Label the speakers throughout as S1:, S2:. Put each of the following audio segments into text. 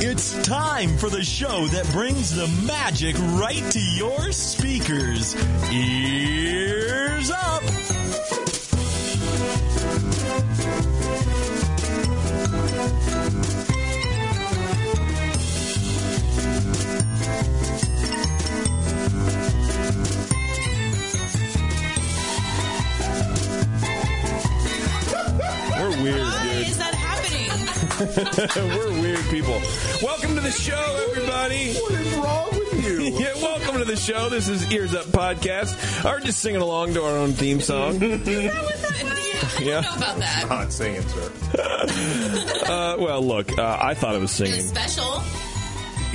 S1: It's time for the show that brings the magic right to your speakers. Ears up!
S2: We're weird,
S3: Why
S2: dude.
S3: is that happening?
S2: We're weird people. Welcome to the show, everybody.
S4: What is wrong with you?
S2: Yeah, welcome to the show. This is Ears Up Podcast. Or just singing along to our own theme
S4: Mm-hmm.
S2: song.
S3: I
S2: Yeah.
S3: don't know about that.
S4: Not singing, sir.
S2: Uh, well, look, uh, I thought it was
S3: It was
S2: singing.
S3: special.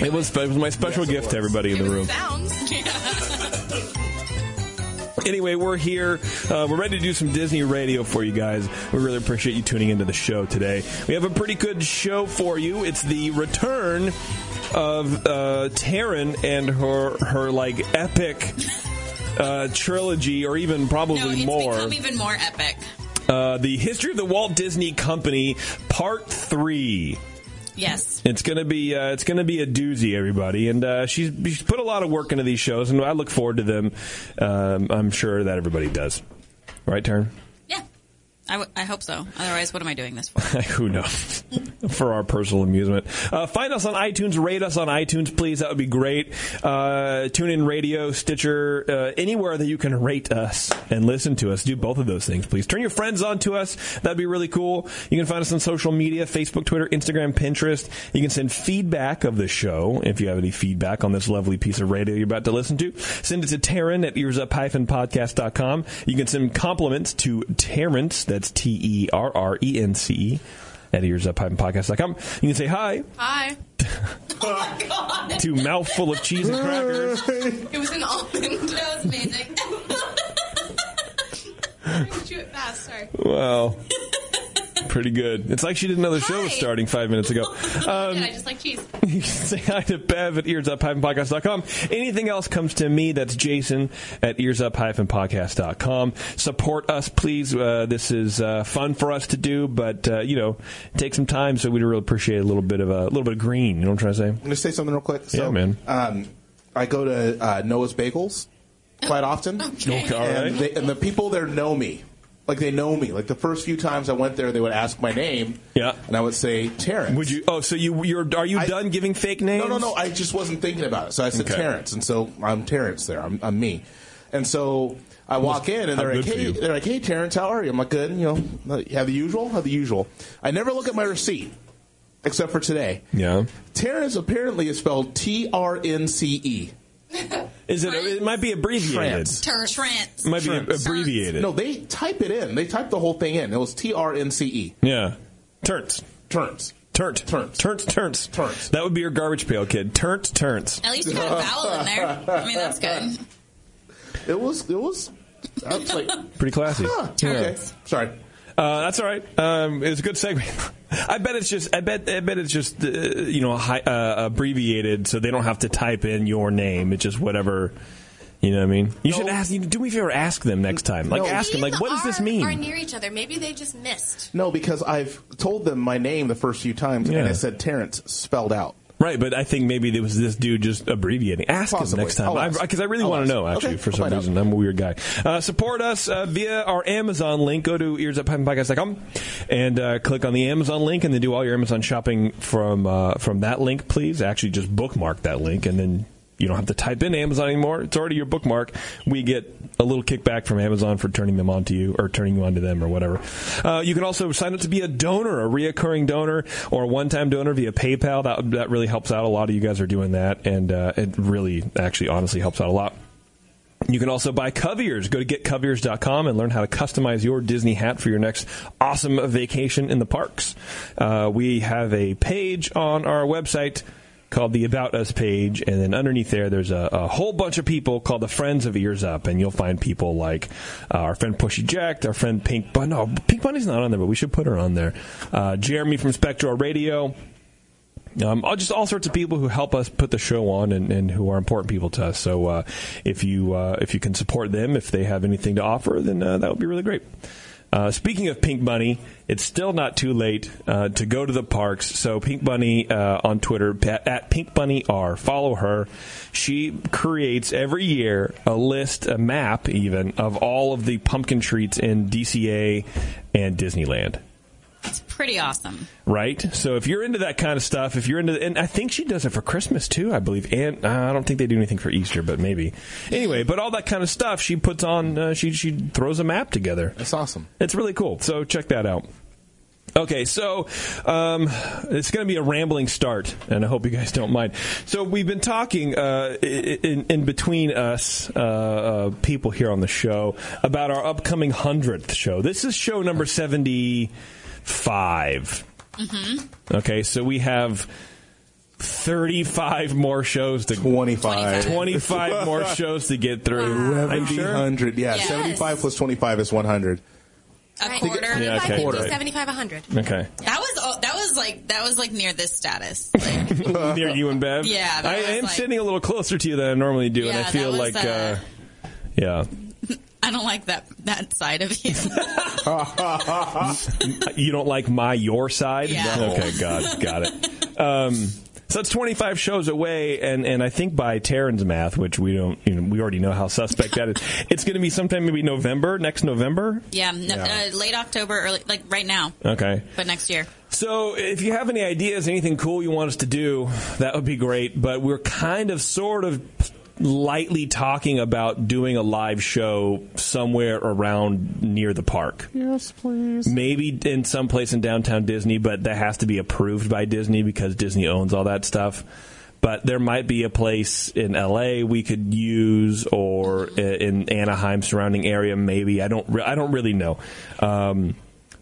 S2: It was, it was my special
S4: Yes, it
S2: gift to
S4: was.
S2: everybody in the room.
S3: Sounds.
S2: Anyway, we're here. Uh, we're ready to do some Disney radio for you guys. We really appreciate you tuning into the show today. We have a pretty good show for you. It's the return of uh, Taryn and her her like epic uh, trilogy, or even probably
S3: No, it's
S2: more.
S3: become even more epic.
S2: uh, the history of the Walt Disney Company, Part Three.
S3: Yes.
S2: It's gonna be uh, it's gonna be a doozy, everybody. And uh, she's she's put a lot of work into these shows, and I look forward to them. Um, I'm sure that everybody does. Right, Taryn?
S3: Yeah. I, w- I hope so. Otherwise, what am I doing this for?
S2: Who knows? For our personal amusement. Uh, find us on iTunes. Rate us on iTunes, please. That would be great. Uh, tune in radio, Stitcher, uh, anywhere that you can rate us and listen to us. Do both of those things, please. Turn your friends on to us. That'd be really cool. You can find us on social media Facebook, Twitter, Instagram, Pinterest. You can send feedback of the show if you have any feedback on this lovely piece of radio you're about to listen to. Send it to Taryn at earsup-podcast.com. You can send compliments to Terrence, that's E T-E-R-R-E-N-C-E, E, at earsup-podcast.com. You can say hi
S3: Hi. oh my god.
S2: to Mouthful of Cheese and Crackers.
S3: It was an almond. That was amazing. Do it fast. Sorry.
S2: Wow. Pretty good. It's like she didn't know the show was
S3: Hi.
S2: starting five minutes ago.
S3: I just like cheese.
S2: You can say hi to Bev at earsup-podcast.com. Anything else comes to me, that's Jason at earsup-podcast.com. Support us, please. Uh, this is uh, fun for us to do, but, uh, you know, take some time, so we'd really appreciate a little bit of a little bit of green. You know what I'm trying to say?
S4: I'm gonna say something real quick. So,
S2: Yeah, man.
S4: Um, I go to uh, Noah's Bagels quite often,
S2: Okay, all
S4: and,
S2: right.
S4: they, and the people there know me. Like they know me. Like the first few times I went there, they would ask my name.
S2: Yeah.
S4: and I would say Terrence.
S2: Would you? Oh, so you you're are you
S4: I-
S2: done giving fake names?
S4: No, no, no. I just wasn't thinking about it, so I said
S2: Okay.
S4: Terrence, and so I'm Terrence there. I'm, I'm me, and so I walk in, and they're
S2: how
S4: like,
S2: good for
S4: "Hey,
S2: you.
S4: they're like, hey, Terrence, how are you?" I'm like, "Good, you know, have the usual, have the usual." I never look at my receipt except for today.
S2: Yeah.
S4: Terrence apparently is spelled T R N C E.
S2: Is it? It might be abbreviated.
S4: Trans.
S3: Turn.
S2: It might be
S4: Trans.
S2: abbreviated.
S4: No, they type it in. They type the whole thing in. It was T R N C E.
S2: Yeah. Turns.
S4: Turns.
S2: Turnt.
S4: Turnt.
S2: Turnt. Turnt.
S4: Turnt.
S2: That would be your garbage pail kid. Turnt. Turnt.
S3: At least you got a vowel in there. I mean, that's good.
S4: It was. It was. I was like,
S2: Pretty classy.
S4: huh, okay.
S3: Turns.
S4: Sorry.
S2: Uh, that's all right. Um, it was a good segment. I bet it's just. I bet. I bet it's just. Uh, you know, hi, uh, abbreviated, so they don't have to type in your name. It's just whatever. You know what I mean? You should ask. You do me a favor. Ask them next time. Like
S4: No.
S2: ask them. Like, what does this
S5: are- Are
S2: mean?
S5: near each other. Maybe they just missed.
S4: No, because I've told them my name the first few times,
S2: Yeah.
S4: and I said Terrence spelled out.
S2: Right, but I think maybe it was this dude just abbreviating. Ask him
S4: Possibly.
S2: next time
S4: I'll ask.
S2: because I, really
S4: I'll
S2: want to
S4: ask.
S2: know. Actually,
S4: Okay,
S2: for
S4: I'll
S2: some
S4: find out.
S2: reason, I'm a weird guy. Uh, support us uh, via our Amazon link. Go to earsuppodcast.com and uh, click on the Amazon link, and then do all your Amazon shopping from uh, from that link, please. Actually, just bookmark that link, and then. You don't have to type in Amazon anymore. It's already your bookmark. We get a little kickback from Amazon for turning them on to you or turning you on to them or whatever. Uh, you can also sign up to be a donor, a reoccurring donor or a one-time donor via PayPal. That that really helps out. A lot of you guys are doing that, and uh, it really, actually, honestly helps out a lot. You can also buy Coviers. Go to getcoviers.com and learn how to customize your Disney hat for your next awesome vacation in the parks. Uh, we have a page on our website called the About Us page, and then underneath there, there's a, a whole bunch of people called the Friends of Ears Up, and you'll find people like uh, our friend Pushy Jack, our friend Pink Bunny. No, Pink Bunny's not on there, but we should put her on there. Uh, Jeremy from Spectral Radio. Um, all- just all sorts of people who help us put the show on and, and who are important people to us. So uh, if you uh, if you can support them, if they have anything to offer, then uh, that would be really great. Uh, speaking of Pink Bunny, it's still not too late uh, to go to the parks. So Pink Bunny uh, on Twitter at, at Pink Bunny R. Follow her. She creates every year a list, a map even of all of the pumpkin treats in DCA and Disneyland
S3: It's pretty awesome.
S2: right? So if you're into that kind of stuff, if you're into, and I think she does it for Christmas too, I believe, and uh, I don't think they do anything for Easter, but maybe. Anyway, but all that kind of stuff, she puts on, uh, she she throws a map together.
S4: That's awesome.
S2: It's really cool. So check that out. Okay, so um, it's going to be a rambling start, and I hope you guys don't mind. So we've been talking uh, i- i- in, in between us uh, uh, people here on the show about our upcoming hundredth show. This is show number seventy-five. Okay, so we have thirty-five more shows to
S4: 25.
S2: 25 more shows to get through. I'm sure.
S4: 100. Yeah,
S5: Yes.
S4: 75 plus 25 is 100.
S3: A
S5: Right.
S3: quarter.
S2: Yeah, okay.
S5: 75, 50,
S4: Quarter.
S5: 75, 100.
S2: Okay.
S3: That was oh, that was like that was like near this status. Like,
S2: near you and Bev.
S3: Yeah, that
S2: I
S3: was
S2: am
S3: like-
S2: sitting a little closer to you than I normally do, and
S3: Yeah,
S2: I feel
S3: that was,
S2: like,
S3: uh,
S2: uh, yeah,
S3: I don't like that that side of you.
S2: you don't like my your side.
S3: Yeah. No.
S2: Okay, got got it. Um, so that's 25 shows away, and, and I think by Taryn's math, which we don't, you know, we already know how suspect that is, it's going to be sometime maybe November, next November.
S3: yeah, no,
S4: Yeah.
S3: Uh, late October, early like right now,
S2: Okay.
S3: but next year.
S2: So, if you have any ideas, anything cool you want us to do, that would be great. But we're kind of, sort of, lightly talking about doing a live show somewhere around near the park.
S4: Yes, please.
S2: Maybe in some place in downtown Disney, but that has to be approved by Disney because Disney owns all that stuff. But there might be a place in LA we could use, or i- in Anaheim surrounding area. Maybe I don't. Re- I don't really know. Um,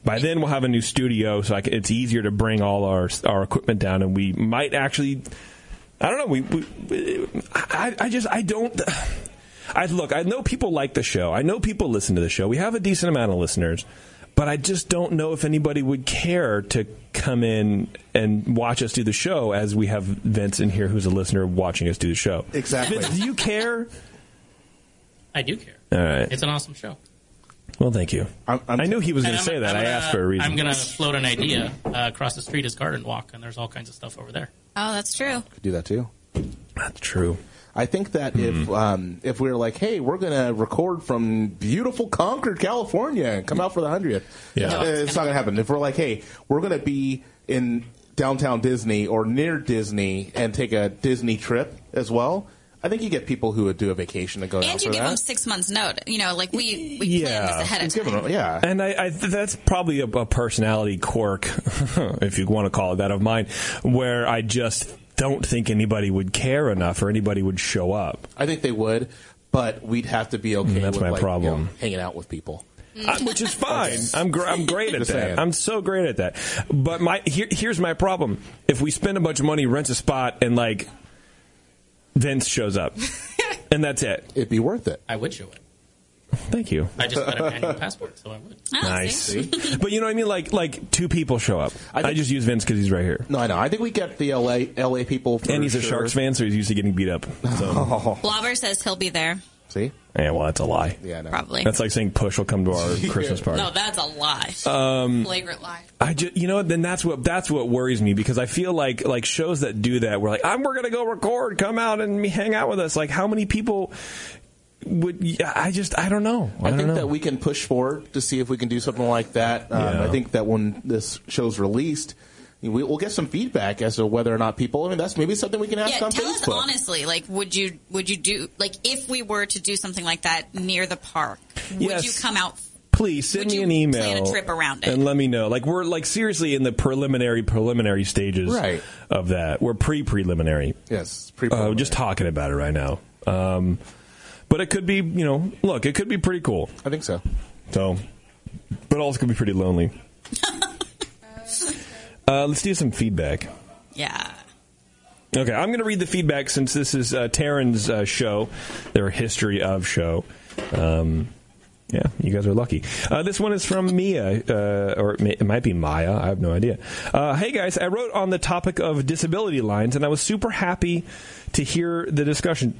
S2: by then we'll have a new studio, so I c it's easier to bring all our our equipment down, and we might actually. I don't know. We, we, we I, I just I don't. I look. I know people like the show. I know people listen to the show. We have a decent amount of listeners, but I just don't know if anybody would care to come in and watch us do the show. As we have Vince in here, who's a listener watching us do the show.
S4: Exactly.
S2: Vince, do you care?
S6: I do care.
S2: All right.
S6: It's an awesome show.
S2: Well, thank you.
S4: I'm- I'm-
S2: I knew he was going
S6: And
S2: to say
S6: I'm-
S2: that.
S6: I'm
S2: I
S6: gonna-
S2: asked for a reason.
S6: I'm going to float an idea. Uh, across the street is Garden Walk, and there's all kinds of stuff over there.
S3: Oh, that's true.
S4: Do that too.
S2: That's true.
S4: I think that if
S2: Mm-hmm.
S4: um, if we were like, hey, we're gonna record from beautiful Concord, California, and come out for the hundredth, uh,
S2: Yeah. No,
S4: it's, not gonna happen. If we're like, hey, we're gonna be in downtown Disney or near Disney and take a Disney trip as well, I think you get people who would do a vacation and go down
S3: And you
S4: for
S3: give
S4: that.
S3: them six months notice. You know, like we we
S2: Yeah.
S3: planned this ahead of
S4: Give
S3: time.
S4: them- yeah,
S2: And I, I that's probably a, a personality quirk, if you want to call it that, of mine, where I just don't think anybody would care enough or anybody would show up.
S4: I think they would, but we'd have to be okay.
S2: Mm, that's
S4: with,
S2: my
S4: like,
S2: problem.
S4: you know, hanging out with people.
S2: I- which is fine. I'm gr- I'm great at
S4: Mm. Just
S2: that.
S4: saying.
S2: I'm so great at that. But my here, here's my problem. If we spend a bunch of money, rent a spot, and like Vince shows up, and that's it.
S4: It'd be worth it.
S6: I would show it.
S2: Thank you.
S6: I just got an annual passport, so I would.
S3: Oh,
S2: Nice.
S3: see?
S2: but you know what I mean? Like like two people show up. I,
S4: think-
S2: just use Vince because he's right here,
S4: No, I know. I think we get the LA LA people, for
S2: and he's a
S4: sure.
S2: Sharks fan, so he's used to getting beat up. So
S3: Blobber says he'll be there.
S4: See,
S2: yeah, well, that's a lie.
S4: yeah, I know.
S3: Probably.
S2: That's like saying Push will come to our Christmas party.
S3: no, that's a lie.
S4: Um,
S5: Flagrant lie.
S2: I just, you know, what, then that's what that's what worries me because I feel like like shows that do that, we're like, I'm we're gonna go record, come out and me- hang out with us. Like, how many people would y- I just I don't know. I,
S4: I,
S2: don't
S4: think
S2: know.
S4: that we can push forward to see if we can do something like that. Um,
S2: Yeah.
S4: I think that when this show's released, we, we'll get some feedback as to whether or not people. I mean, that's maybe something we can ask
S3: Yeah,
S4: on
S3: tell us
S4: Facebook.
S3: honestly, like, would you would you do like if we were to do something like that near the park?
S2: Yes.
S3: Would you come out?
S2: Please send
S3: Would
S2: me
S3: you
S2: an email
S3: plan a trip around it?
S2: and let me know. Like we're like seriously in the preliminary preliminary stages
S4: Right.
S2: of that. We're pre preliminary.
S4: Yes, pre-
S2: Uh, just talking about it right now. Um, but it could be you know look, it could be pretty cool.
S4: I think so.
S2: So, but also could be pretty lonely. uh, let's do some feedback.
S3: Yeah.
S2: Okay, I'm going to read the feedback since this is uh, Taryn's uh, show, their history of show. Um, yeah, you guys are lucky. Uh, this one is from Mia, uh, or it, may, it might be Maya. I have no idea. Uh, hey guys, I wrote on the topic of disability lines, and I was super happy to hear the discussion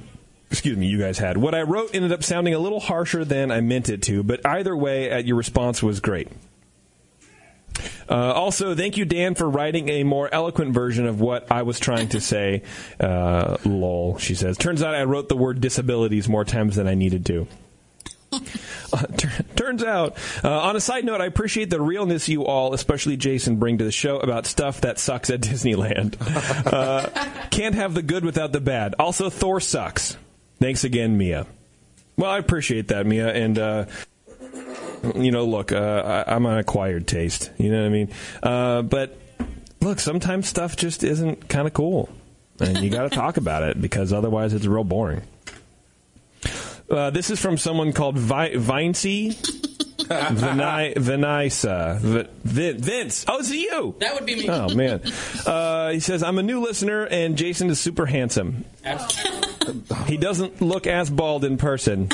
S2: excuse me, you guys had. What I wrote ended up sounding a little harsher than I meant it to, but either way, uh, your response was great. Uh, also, thank you, Dan, for writing a more eloquent version of what I was trying to say. Uh, lol, she says. Turns out I wrote the word disabilities more times than I needed to. Uh, tur- turns out, uh, on a side note, I appreciate the realness you all, especially Jason, bring to the show about stuff that sucks at Disneyland. Uh, can't have the good without the bad. Also, Thor sucks. Thanks again, Mia. Well, I appreciate that, Mia, and uh, you know, look, uh, I, I'm an acquired taste. You know what I mean? Uh, but look, sometimes stuff just isn't kind of cool, and you got to talk about it because otherwise, it's real boring. Uh, this is from someone called Vi- Vinci. Vinay, Vinisa, v- Vin- Vince. Oh, it's you.
S6: That would be me.
S2: Oh man, uh, he says I'm a new listener, and Jason is super handsome. He doesn't look as bald in person.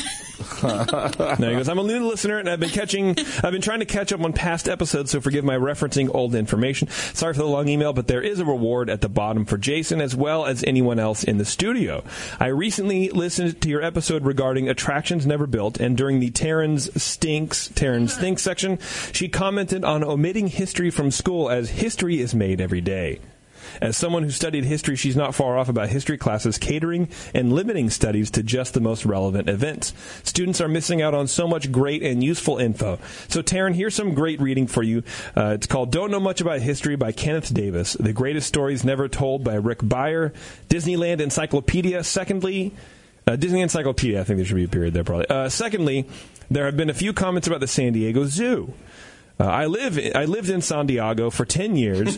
S2: no, he goes. I'm a new listener, and I've been catching. I've been trying to catch up on past episodes, so forgive my referencing old information. Sorry for the long email, but there is a reward at the bottom for Jason as well as anyone else in the studio. I recently listened to your episode regarding attractions never built, and during the Terrans stinks, Terrans think section, she commented on omitting history from school as history is made every day. As someone who studied history, she's not far off about history classes catering and limiting studies to just the most relevant events. Students are missing out on so much great and useful info. So, Taryn, here's some great reading for you. Uh, it's called Don't Know Much About History by Kenneth Davis, The Greatest Stories Never Told by Rick Beyer, Disneyland Encyclopedia. Secondly, uh, Disney Encyclopedia, I think there should be a period there probably. Uh, secondly, there have been a few comments about the San Diego Zoo. Uh, I live. I lived in San Diego for ten years,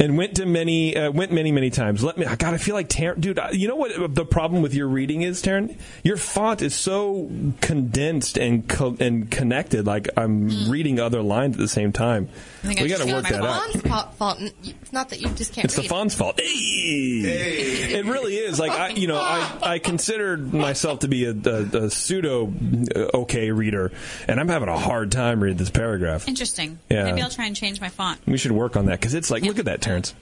S2: and went to many. Uh, went many, many times. Let me. God, I feel like Taryn. Dude, I- you know what the problem with your reading is, Taryn? Your font is so condensed and co- and connected. Like I'm reading other lines at the same time.
S5: Hmm. I think I
S2: we
S5: just
S2: got to
S5: got
S2: work
S5: my
S2: that out.
S7: Fawn's fault, fault. n- It's not that you just can't
S2: It's the
S7: read.
S2: font's fault. Hey! It really is. Like I, you know, I, I considered myself to be a, a, a pseudo uh, okay reader, and I'm having a hard time reading this paragraph.
S3: Interesting.
S2: Yeah.
S3: Maybe I'll try and change my font.
S2: We should work on that because it's like, look at that, Terrence.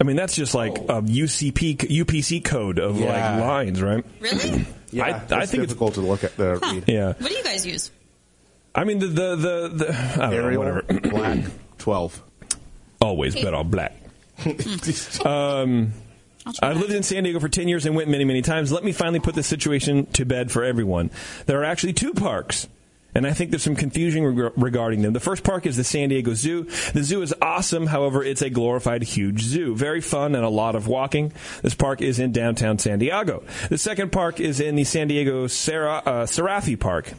S2: I mean, that's just like a UCP, UPC code of
S4: Yeah.
S2: like lines, right?
S3: Really?
S4: Yeah,
S2: I-
S4: it's
S2: I think it's-
S4: difficult to look at the read.
S2: Yeah.
S3: What do you guys use?
S2: I mean, the the the, the I don't know,
S4: Arial,
S2: whatever.
S4: black, twelve.
S2: Always bet on black.
S3: I'll try
S2: I've
S3: that.
S2: lived in San Diego for 10 years and went many, many times. Let me finally put this situation to bed for everyone. There are actually two parks. And I think there's some confusion reg- regarding them. The first park is the San Diego Zoo. The zoo is awesome. However, it's a glorified huge zoo. Very fun and a lot of walking. This park is in downtown San Diego. The second park is in the San Diego Sara- uh, Sarafi Park.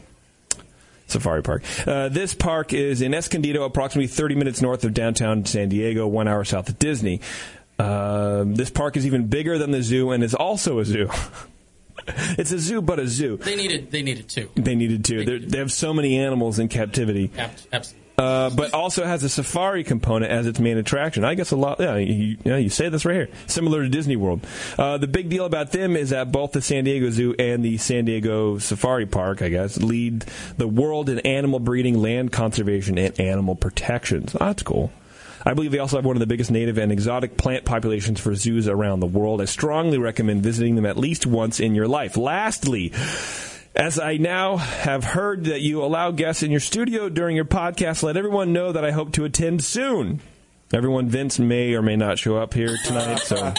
S2: Safari Park. Uh, this park is in Escondido, approximately 30 minutes north of downtown San Diego, one hour south of Disney. Um, this park is even bigger than the zoo and is also a zoo. it's a zoo, but a zoo.
S6: They needed. They needed two.
S2: They needed to. They're, they have so many animals in captivity,
S6: Ab- Absolutely.
S2: uh, but also has a safari component as its main attraction. I guess a lot. Yeah, you, yeah, you say this right here. Similar to Disney World. Uh, the big deal about them is that both the San Diego Zoo and the San Diego Safari Park, I guess, lead the world in animal breeding, land conservation, and animal protection. So that's cool. I believe they also have one of the biggest native and exotic plant populations for zoos around the world. I strongly recommend visiting them at least once in your life. Lastly, as I now have heard that you allow guests in your studio during your podcast, let everyone know that I hope to attend soon. Everyone, Vince may or may not show up here tonight, so.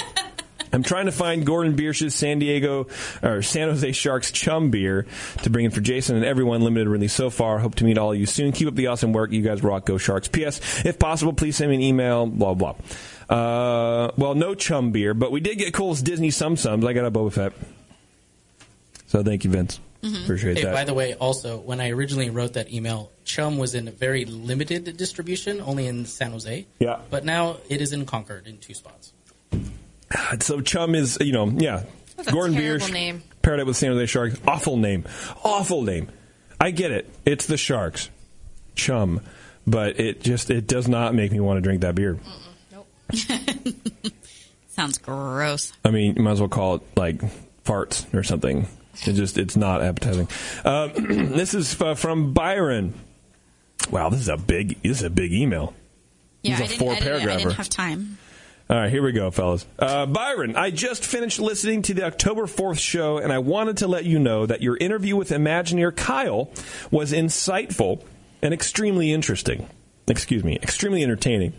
S2: I'm trying to find Gordon Biersch's San Diego or San Jose Sharks chum beer to bring in for Jason and everyone limited release so far. Hope to meet all of you soon. Keep up the awesome work. You guys rock. Go Sharks. P.S. If possible, please send me an email. Blah blah. Uh, well, no chum beer, but we did get Cole's Disney Sum Sums. I got a Boba Fett. So thank you, Vince. Appreciate
S6: Mm-hmm. Hey,
S2: that.
S6: by the way, also when I originally wrote that email, Chum was in a very limited distribution, only in San Jose.
S2: Yeah.
S6: But now it is in Concord in two spots.
S2: God, so chum is you know yeah.
S7: That's a
S2: Gordon
S7: terrible
S2: Biersch,
S7: name.
S2: paired up with San Jose Sharks. Awful name. Awful name. I get it. It's the Sharks. Chum. But it just it does not make me want to drink that beer.
S3: Sounds gross.
S2: I mean, you might as well call it like farts or something. It just it's not appetizing. Uh, this is uh, from Byron. Wow, this is a big this is a big email.
S3: Yeah,
S2: He's a
S3: I didn't, I didn't, I
S2: four-paragrapher.
S3: didn't have time.
S2: All right, here we go, fellas. Uh, Byron, I just finished listening to the October 4th show, and I wanted to let you know that your interview with Imagineer Kyle was insightful and extremely interesting. Excuse me, extremely entertaining.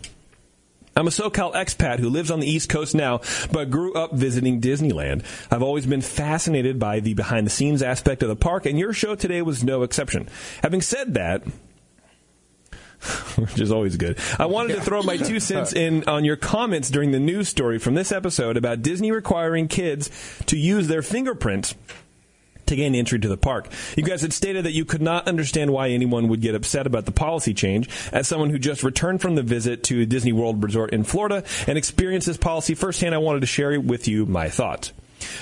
S2: I'm a SoCal expat who lives on the East Coast now, but grew up visiting Disneyland. I've always been fascinated by the behind the scenes aspect of the park, and your show today was no exception. Having said that, which is always good. I wanted to throw my two cents in on your comments during the news story from this episode about Disney requiring kids to use their fingerprints to gain entry to the park. You guys had stated that you could not understand why anyone would get upset about the policy change as someone who just returned from the visit to Disney World Resort in Florida and experienced this policy firsthand. I wanted to share with you my thoughts.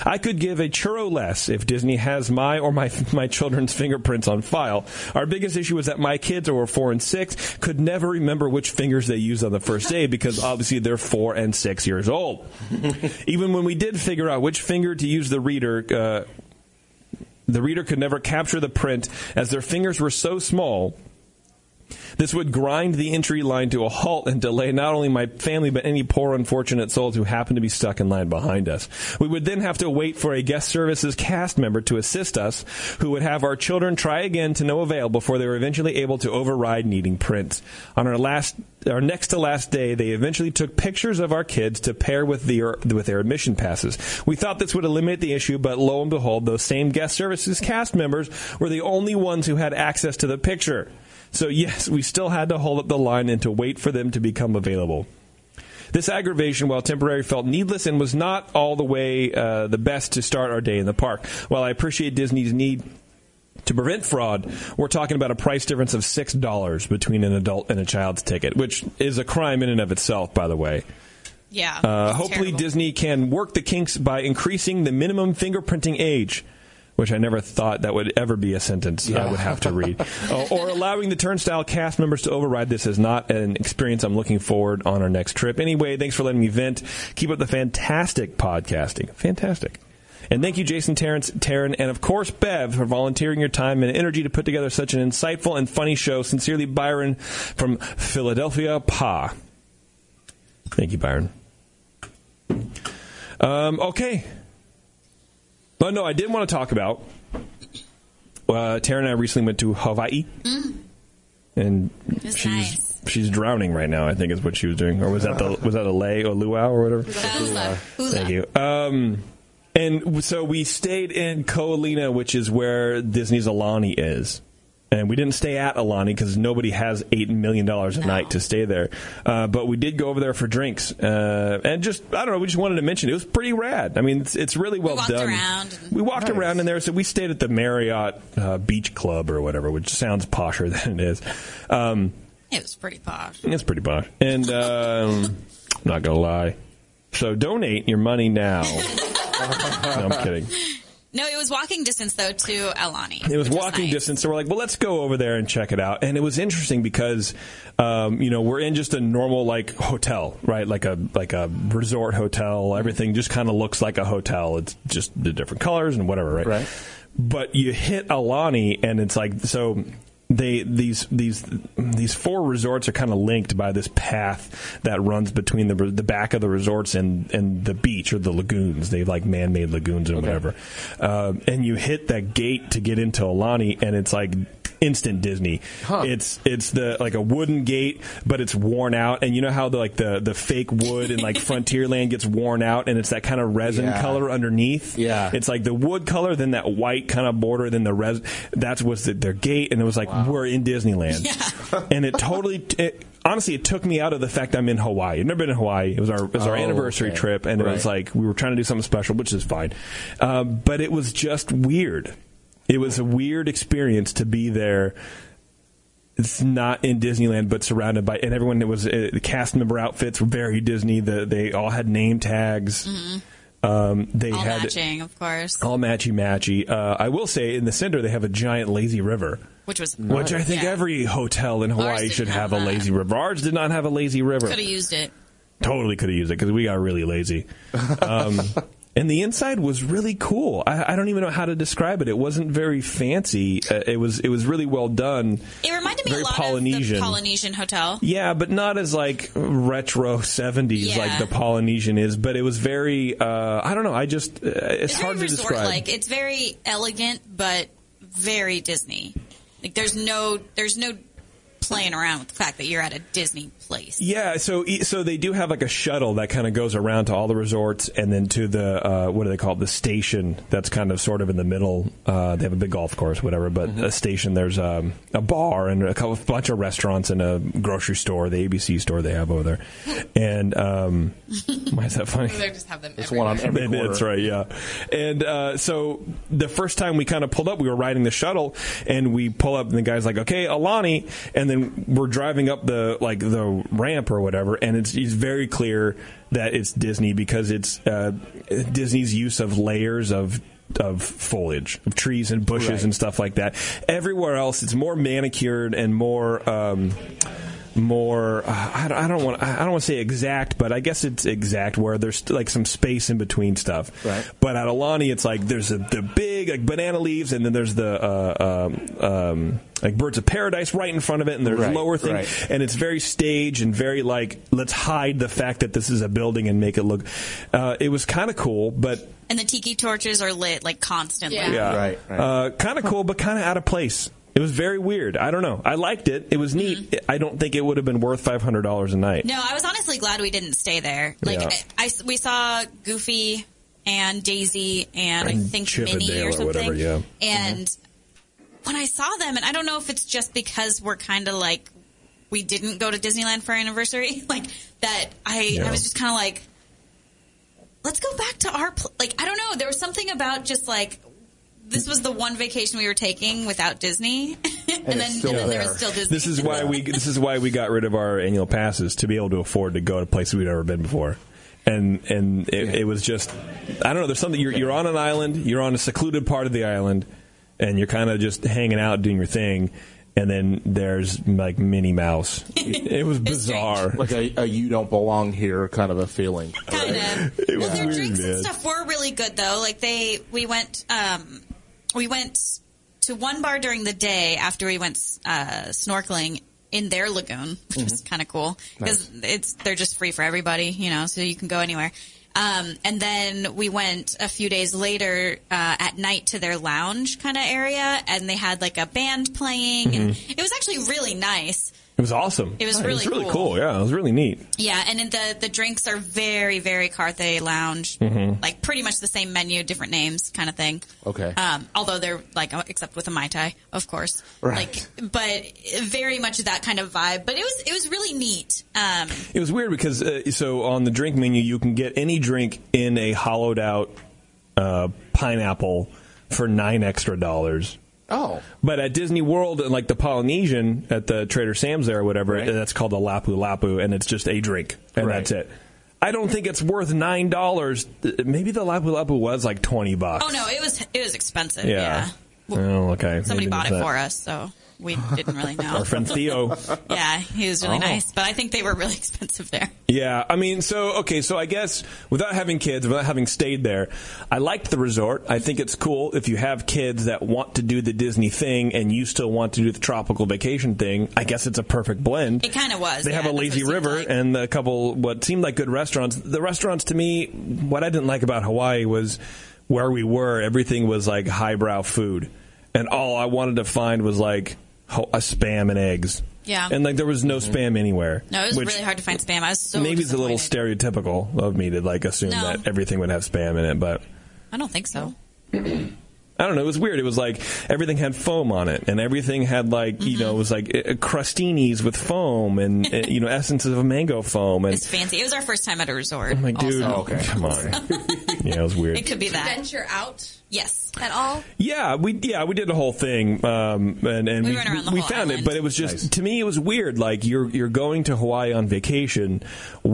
S2: I could give a churro less if Disney has my or my my children's fingerprints on file. Our biggest issue was that my kids, who were four and six, could never remember which fingers they used on the first day because obviously they're four and six years old. Even when we did figure out which finger to use, the reader. Uh, the reader could never capture the print as their fingers were so small. This would grind the entry line to a halt and delay not only my family but any poor unfortunate souls who happened to be stuck in line behind us. We would then have to wait for a guest services cast member to assist us who would have our children try again to no avail before they were eventually able to override needing prints. On our last our next to last day, they eventually took pictures of our kids to pair with the with their admission passes. We thought this would eliminate the issue, but lo and behold, those same guest services cast members were the only ones who had access to the picture. So yes, we still had to hold up the line and to wait for them to become available. This aggravation, while temporary, felt needless and was not all the way uh, the best to start our day in the park. While I appreciate Disney's need to prevent fraud, we're talking about a price difference of six dollars between an adult and a child's ticket, which is a crime in and of itself, by the way.
S3: Yeah.
S2: Uh,
S3: it's
S2: hopefully,
S3: terrible.
S2: Disney can work the kinks by increasing the minimum fingerprinting age. Which I never thought that would ever be a sentence I would have to read. Uh, or allowing the turnstile cast members to override this is not an experience I'm looking forward on our next trip. Anyway, thanks for letting me vent. Keep up the fantastic podcasting. Fantastic. And thank you, Jason, Terrence, Taryn, and of course, Bev, for volunteering your time and energy to put together such an insightful and funny show. Sincerely, Byron from Philadelphia, Pa. Thank you, Byron. Um, okay. But no, I did want to talk about. Uh, Tara and I recently went to Hawaii, and
S3: Mm. was
S2: she's
S3: nice.
S2: she's drowning right now. I think is what she was doing, or was that the was that a lay or luau or whatever? uh, Thank you. Um, and w- so we stayed in Koalina, which is where Disney's Alani is. And we didn't stay at Alani because nobody has $8 million a night to stay there. Uh, but we did go over there for drinks. Uh, and just, I don't know, we just wanted to mention it was pretty rad. I mean, it's, it's really well
S3: walked
S2: done.
S3: around and-
S2: we walked around in there. So we stayed at the Marriott uh, Beach Club or whatever, which sounds posher than it is. Um,
S3: It was pretty posh.
S2: it's pretty posh. And um, not gonna lie. So donate your money now. no, I'm kidding.
S3: No, it was walking distance though to Alani.
S2: It was
S3: which
S2: walking
S3: nice.
S2: distance, so we're like, well, let's go over there and check it out. And it was interesting because, um, you know, we're in just a normal like hotel, right? Like a like a resort hotel. Everything just kind of looks like a hotel. It's just the different colors and whatever, right?
S4: Right.
S2: But you hit Alani, and it's like so. They these these these four resorts are kind of linked by this path that runs between the the back of the resorts and and the beach or the lagoons. They have like man made lagoons and whatever. Um, and you hit that gate to get into Alani, and it's like instant Disney. It's it's the like a wooden gate, but it's worn out. And you know how the like the the fake wood in like Frontierland gets worn out, and it's that kind of resin
S4: Yeah.
S2: color underneath.
S4: Yeah.
S2: It's like the wood color, then that white kind of border, then the res. That was the, their gate, and it was like we're in Disneyland. and it totally. It, honestly, it took me out of the fact I'm in Hawaii. I've never been in Hawaii. It was our it was our
S4: Oh,
S2: anniversary
S4: okay.
S2: trip, and it was
S4: Right.
S2: like we were trying to do something special, which is fine. Um, but it was just weird. It was a weird experience to be there it's not in Disneyland, but surrounded by, and everyone that was uh, the cast member outfits were very Disney. The, they all had name tags.
S4: Mm-hmm.
S2: Um, they
S3: All
S2: had
S3: matching, of course,
S2: all matchy matchy. Uh, I will say, in the center they have a giant lazy river,
S3: which was
S2: which I think
S3: Oh, yeah.
S2: every hotel in
S3: Ours
S2: Hawaii
S3: didn't
S2: should have
S3: have
S2: a
S3: that.
S2: lazy river. Ours did not have a lazy river
S3: could have used it.
S2: totally could have used it because we got really lazy. Um, and the inside was really cool. I, I don't even know how to describe it. It wasn't very fancy. Uh, it was it was really well done.
S3: It reminded me
S2: Very
S3: a lot
S2: Polynesian.
S3: of the Polynesian hotel.
S2: Yeah, but not as like retro seventies
S3: Yeah.
S2: like the Polynesian is. But it was very. Uh, I don't know. I just uh, it's,
S3: It's
S2: hard
S3: very
S2: to describe.
S3: resort-like. It's very elegant, but very Disney. Like there's no there's no playing around with the fact that you're at a Disney place.
S2: Yeah, so e- so they do have like a shuttle that kind of goes around to all the resorts and then to the uh, what do they call it? the station that's kind of sort of in the middle. Uh, they have a big golf course, whatever, but a station. There's um, a bar and a couple, bunch of restaurants and a grocery store, the ABC store they have over there. And um, why is that funny?
S5: They just have them.
S4: It's one on every
S2: Maybe
S4: corner.
S2: That's right, yeah. And uh, so the first time we kind of pulled up, we were riding the shuttle, and we pull up, and the guy's like, "Okay, Alani," and then we're driving up the like the ramp or whatever, and it's, it's very clear that it's Disney because it's uh, Disney's use of layers of of foliage, of trees and bushes
S4: Right.
S2: and stuff like that. Everywhere else, it's more manicured and more. Um, more uh, I don't- I don't want I don't want to say exact, but I guess it's exact where there's like some space in between stuff.
S4: Right.
S2: But at Alani, it's like there's the the big like banana leaves, and then there's the uh, um, um, like birds of paradise right in front of it, and there's
S4: Right,
S2: lower thing,
S4: right.
S2: and it's very staged and very like let's hide the fact that this is a building and make it look. Uh, it was kind of cool, but
S3: And the tiki torches are lit like constantly.
S5: Yeah.
S2: yeah.
S4: Right, right.
S2: Uh, kind of cool, but kind of out of place. It was very weird. I don't know. I liked it. It was neat.
S4: Mm-hmm.
S2: I don't think it would have been worth five hundred dollars a night.
S3: No, I was honestly glad we didn't stay there. Like
S2: Yeah.
S3: I, I- we saw Goofy and Daisy and,
S2: And
S3: I think
S2: Chip and
S3: Minnie
S2: Dale
S3: or
S2: or
S3: something.
S2: whatever, yeah.
S3: And when I saw them, and I don't know if it's just because we're kind of like we didn't go to Disneyland for our anniversary, like that. I
S2: Yeah.
S3: I was just kind of like, let's go back to our pl- like I don't know. There was something about just like. This was the one vacation we were taking without Disney, and,
S4: it's
S3: then,
S4: still
S3: and then there
S4: there.
S3: was still Disney.
S2: This is why we this is why we got rid of our annual passes to be able to afford to go to places we'd never been before. And and it, it was just I don't know. There's something you're you're on an island. You're on a secluded part of the island, and you're kind of just hanging out doing your thing. And then there's like Minnie Mouse. It was bizarre.
S4: Like a, a you don't belong here kind of a feeling.
S3: kind of.
S2: It
S3: well,
S2: was
S3: their
S2: weird,
S3: drinks
S2: man.
S3: and stuff were really good though. Like they, we went, um, we went to one bar during the day after we went uh, snorkeling in their lagoon, which was
S2: Mm-hmm.
S3: kind of cool because it's they're just free for everybody, you know, so you can go anywhere. Um, and then we went a few days later uh, at night to their lounge kind of area, and they had like a band playing, and
S2: Mm-hmm.
S3: it was actually really nice.
S2: It was awesome.
S3: It was
S2: It was
S3: really
S2: really
S3: cool.
S2: cool. Yeah, it was really neat.
S3: Yeah, and in the the drinks are very very Carthay Lounge,
S2: Mm-hmm.
S3: like pretty much the same menu, different names, kind of thing.
S4: Okay.
S3: Um, although they're like oh, except with a mai tai, of course.
S4: Right.
S3: Like, but very much that kind of vibe. But it was it was really neat. Um,
S2: It was weird because uh, so on the drink menu you can get any drink in a hollowed out uh, pineapple for nine extra dollars.
S4: Oh,
S2: But at Disney World, like the Polynesian at the Trader Sam's there or whatever,
S4: Right.
S2: that's called a lapu lapu, and it's just a drink, and
S4: Right.
S2: that's it. I don't think it's worth nine dollars. Maybe the lapu lapu was like twenty bucks.
S3: oh no, it was it was expensive. Yeah.
S2: Yeah. Oh, okay.
S3: Somebody
S2: Maybe
S3: bought
S2: that's
S3: it
S2: not-
S3: for us, so we didn't really know.
S2: Our friend Theo.
S3: yeah, he was really
S4: Oh.
S3: nice, but I think they were really expensive there.
S2: Yeah, I mean, so okay, so I guess without having kids, without having stayed there, I liked the resort. I think it's cool if you have kids that want to do the Disney thing and you still want to do the tropical vacation thing. I guess it's a perfect blend.
S3: It kind of was.
S2: They
S3: yeah,
S2: have a
S3: that's what it
S2: lazy
S3: seemed
S2: river
S3: like.
S2: and a couple what seemed like good restaurants. The restaurants to me, what I didn't like about Hawaii was where we were. Everything was like highbrow food, and all I wanted to find was like ho- a spam and eggs.
S3: Yeah.
S2: and like there was no spam anywhere.
S3: no, it was
S2: which
S3: really hard to find spam. I was so
S2: maybe it's a little
S3: disappointed.
S2: stereotypical of me to like assume
S3: No.
S2: that everything would have spam in it, but.
S3: I don't think so.
S2: I don't know. It was weird. It was like everything had foam on it, and everything had like you
S3: Mm-hmm.
S2: know it was like uh, crustinis with foam, and uh, you know essences of mango foam, and
S3: It's fancy. It was our first time at a resort.
S2: I'm like, Oh, dude,
S3: also.
S2: come on. yeah, it was weird.
S3: it could be that.
S5: Venture out.
S3: Yes,
S7: at all.
S2: Yeah, we yeah we did the whole thing, um, and and
S3: We
S2: we,
S3: went around the
S2: we
S3: whole
S2: found it,
S3: island.
S2: but it was just to me it was weird. Like you're you're going to Hawaii on vacation.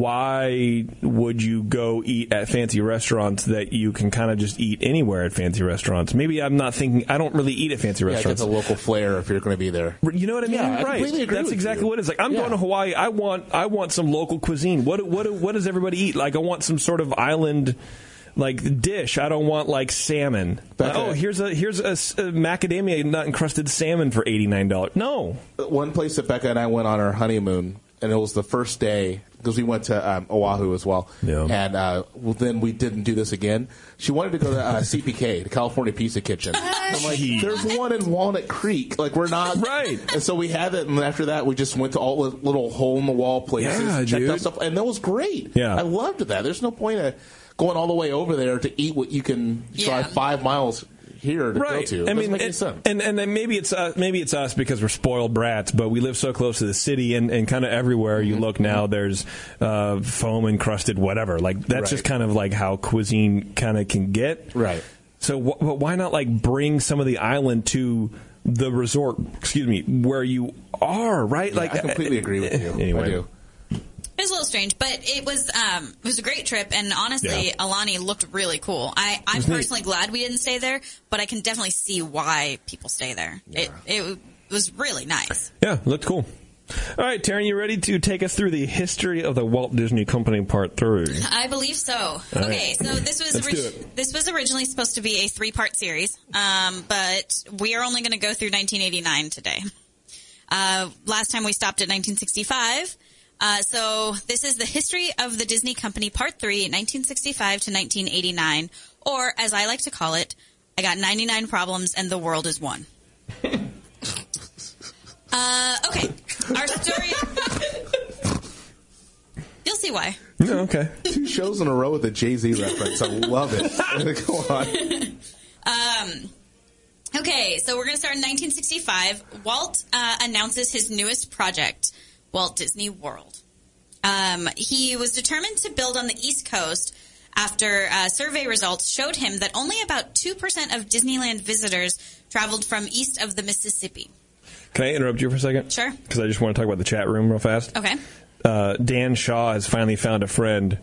S2: Why would you go eat at fancy restaurants that you can kind of just eat anywhere at fancy restaurants? Maybe I'm not thinking. I don't really eat at fancy
S4: yeah, get
S2: restaurants.
S4: the local flair if you're going to be there.
S2: you know what I mean?
S4: Yeah, I
S2: right.
S4: completely agree
S2: That's
S4: with
S2: exactly
S4: you.
S2: what it is. Like I'm
S4: Yeah.
S2: going to Hawaii. I want I want some local cuisine. What what what does everybody eat? Like I want some sort of island like dish. I don't want like salmon.
S4: That's
S2: oh,
S4: it.
S2: here's a here's a, s- a macadamia nut encrusted salmon for eighty nine dollars. No,
S4: one place that Becca and I went on our honeymoon, and it was the first day because we went to um, Oahu as well.
S2: Yeah.
S4: And uh, well, then we didn't do this again. She wanted to go to uh, CPK, the California Pizza Kitchen. I'm like,
S2: Jeez.
S4: there's one in Walnut Creek. Like, we're not
S2: Right.
S4: And so we had it, and after that, we just went to all the little hole in the wall places,
S2: Yeah,
S4: checked
S2: dude.
S4: out stuff, and that was great.
S2: Yeah.
S4: I loved that. There's no point of going all the way over there to eat what you can
S5: Yeah.
S4: drive five miles here to
S2: right?
S4: go to. It
S2: I
S4: doesn't
S2: mean,
S4: make any
S2: and-
S4: sense.
S2: and and then maybe it's uh, maybe it's us because we're spoiled brats, but we live so close to the city, and, and kind of everywhere
S4: Mm-hmm.
S2: you look now, there's uh, foam encrusted whatever. Like that's
S4: Right.
S2: just kind of like how cuisine kind of can get,
S4: Right.
S2: So wh- but why not like bring some of the island to the resort? Excuse me, where you are, right?
S4: Yeah,
S2: like
S4: I completely agree with you.
S2: Anyway.
S4: I do.
S3: It was a little strange, but it was um, it was a great trip, and honestly,
S2: Yeah.
S3: Alani looked really cool. I, I'm
S2: was neat.
S3: personally glad we didn't stay there, but I can definitely see why people stay there. It it was really nice.
S2: Yeah, looked cool. All right, Taryn, you ready to take us through the history of the Walt Disney Company Part Three?
S3: I believe so.
S2: right.
S3: Okay, so this was
S2: Let's
S3: orig-
S2: do it.
S3: this was originally supposed to be a three part series, um, but we are only going to go through 1989 today. Uh, last time we stopped at 1965. Uh, so this is the history of the Disney Company Part Three, 1965 to 1989, or as I like to call it, I got 99 problems and the world is one. uh, okay, our story. You'll see why.
S2: No, okay.
S4: two shows in a row with a Jay Z reference. I love it. Go on.
S3: Okay, so we're going to start in 1965. Walt uh, announces his newest project, Walt Disney World. Um, he was determined to build on the East Coast after uh, survey results showed him that only about 2% of Disneyland visitors traveled from east of the Mississippi.
S2: Can I interrupt you for a second?
S3: Sure.
S2: Because I just want to talk about the chat room real fast.
S3: Okay.
S2: Uh, Dan Shaw has finally found a friend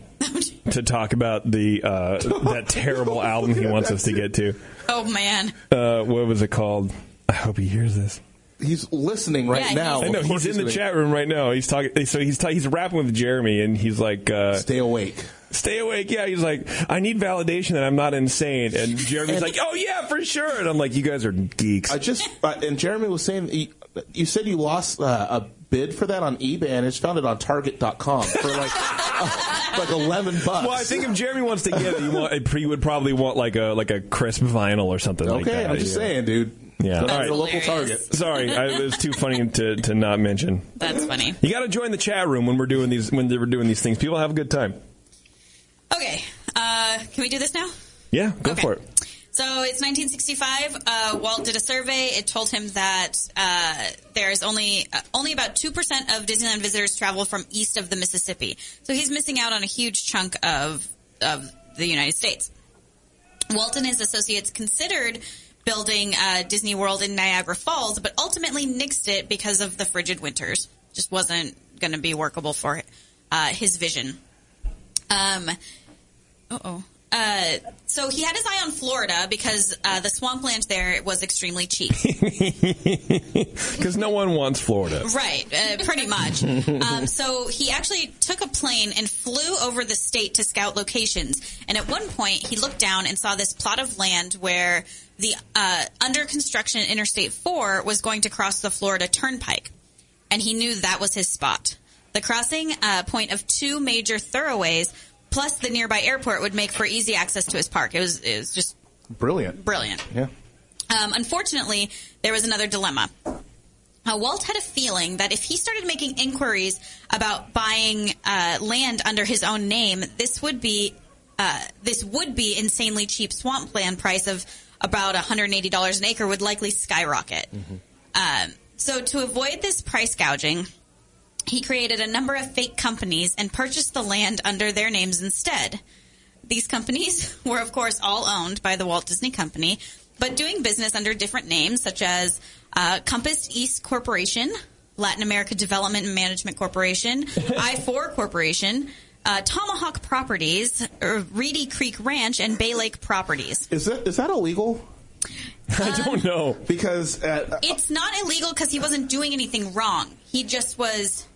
S2: to talk about the uh, that terrible album he wants us to get to.
S3: Oh, man.
S2: Uh, what was it called? I hope he hears this.
S4: He's listening right
S3: Yeah,
S4: now.
S3: he's-
S2: I know
S4: Of course
S2: he's in the
S4: gonna
S2: chat room right now. He's talking. So he's ta- he's rapping with Jeremy, and he's like, uh,
S4: Stay awake.
S2: "Stay awake." Yeah, he's like, "I need validation that I'm not insane." And Jeremy's like, "Oh yeah, for sure." And I'm like, "You guys are geeks."
S4: I just uh, and Jeremy was saying you, you said you lost uh, a bid for that on eBay and it's found it on Target.com for like uh, like eleven bucks.
S2: Well, I think if Jeremy wants to get it, you want, he would probably want like a like a crisp vinyl or something like
S4: okay,
S2: that.
S4: I'm just
S2: Yeah.
S4: saying, dude.
S2: Yeah.
S4: Go to
S2: All right.
S4: your local Target.
S2: Sorry, I, it was too funny to, to not mention.
S3: That's funny.
S2: You got to join the chat room when we're doing these when we're doing these things. People have a good time.
S3: Okay, uh, can we do this now?
S2: Yeah, go
S3: Okay.
S2: for it.
S3: So it's 1965. Uh, Walt did a survey. It told him that uh, there is only uh, only about two percent of Disneyland visitors travel from east of the Mississippi. So he's missing out on a huge chunk of of the United States. Walt and his associates considered building uh, Disney World in Niagara Falls, but ultimately nixed it because of the frigid winters. Just wasn't going to be workable for uh, his vision. Um, uh-oh. Uh, so he had his eye on Florida because uh, the swampland there was extremely cheap.
S2: Because no one wants Florida.
S3: right, uh, pretty much. Um, so he actually took a plane and flew over the state to scout locations. And at one point, he looked down and saw this plot of land where the uh, under construction Interstate 4 was going to cross the Florida Turnpike. And he knew that was his spot. The crossing uh, point of two major thoroughways plus the nearby airport would make for easy access to his park. It was, it was just
S4: Brilliant.
S3: brilliant.
S4: Yeah.
S3: Um, unfortunately, there was another dilemma. Uh, Walt had a feeling that if he started making inquiries about buying uh, land under his own name, this would be uh, this would be insanely cheap swamp land price of about $180 an acre would likely skyrocket. Um, so to avoid this price gouging, he created a number of fake companies and purchased the land under their names instead. These companies were, of course, all owned by the Walt Disney Company, but doing business under different names such as uh, Compass East Corporation, Latin America Development and Management Corporation, I 4 Corporation, uh, Tomahawk Properties, er, Reedy Creek Ranch, and Bay Lake Properties.
S4: Is that is that illegal?
S2: I don't know.
S4: Because uh,
S3: It's not illegal because he wasn't doing anything wrong. He just was.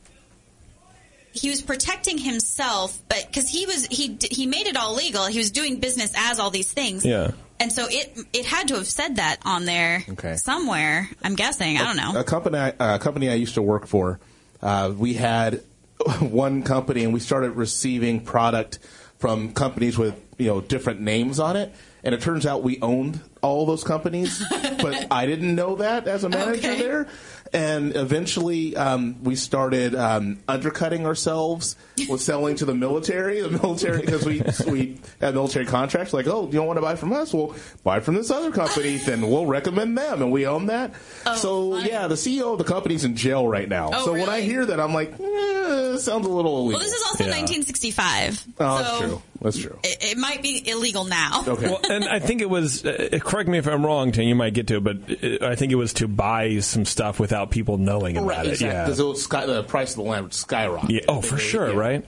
S3: he was protecting himself, but because he was he d- he made it all legal, he was doing business as all these things.
S2: Yeah.
S3: And so it it had to have said that on there
S4: Okay.
S3: somewhere. I'm guessing. I don't know.
S4: a company I- a company I used to work for, uh, we had one company and we started receiving product from companies with you know different names on it, and it turns out we owned all those companies, but I didn't know that as a manager
S3: Okay.
S4: there. And eventually, um, we started um, undercutting ourselves with selling to the military. The military because we we had military contracts. Like, oh, you don't want to buy from us? Well, buy from this other company. Then we'll recommend them, and we own that. so
S3: funny.
S4: yeah, the CEO of the company's in jail right now.
S3: Oh,
S4: so when I
S3: really?
S4: hear that, I'm like, eh, sounds a little illegal.
S3: Well, this is also
S2: Yeah.
S3: 1965.
S4: oh,
S3: so
S4: that's true. That's true.
S3: It, it might be illegal now.
S4: Okay.
S2: Well, and I think it was. Uh, correct me if I'm wrong, Tim. You might get to, it, but uh, I think it was to buy some stuff without people knowing about
S4: Right,
S2: it.
S4: exactly.
S2: Yeah.
S4: Because it was sky, the price of the land would skyrocket.
S2: Yeah, Oh, for sure.
S4: Yeah.
S2: Right.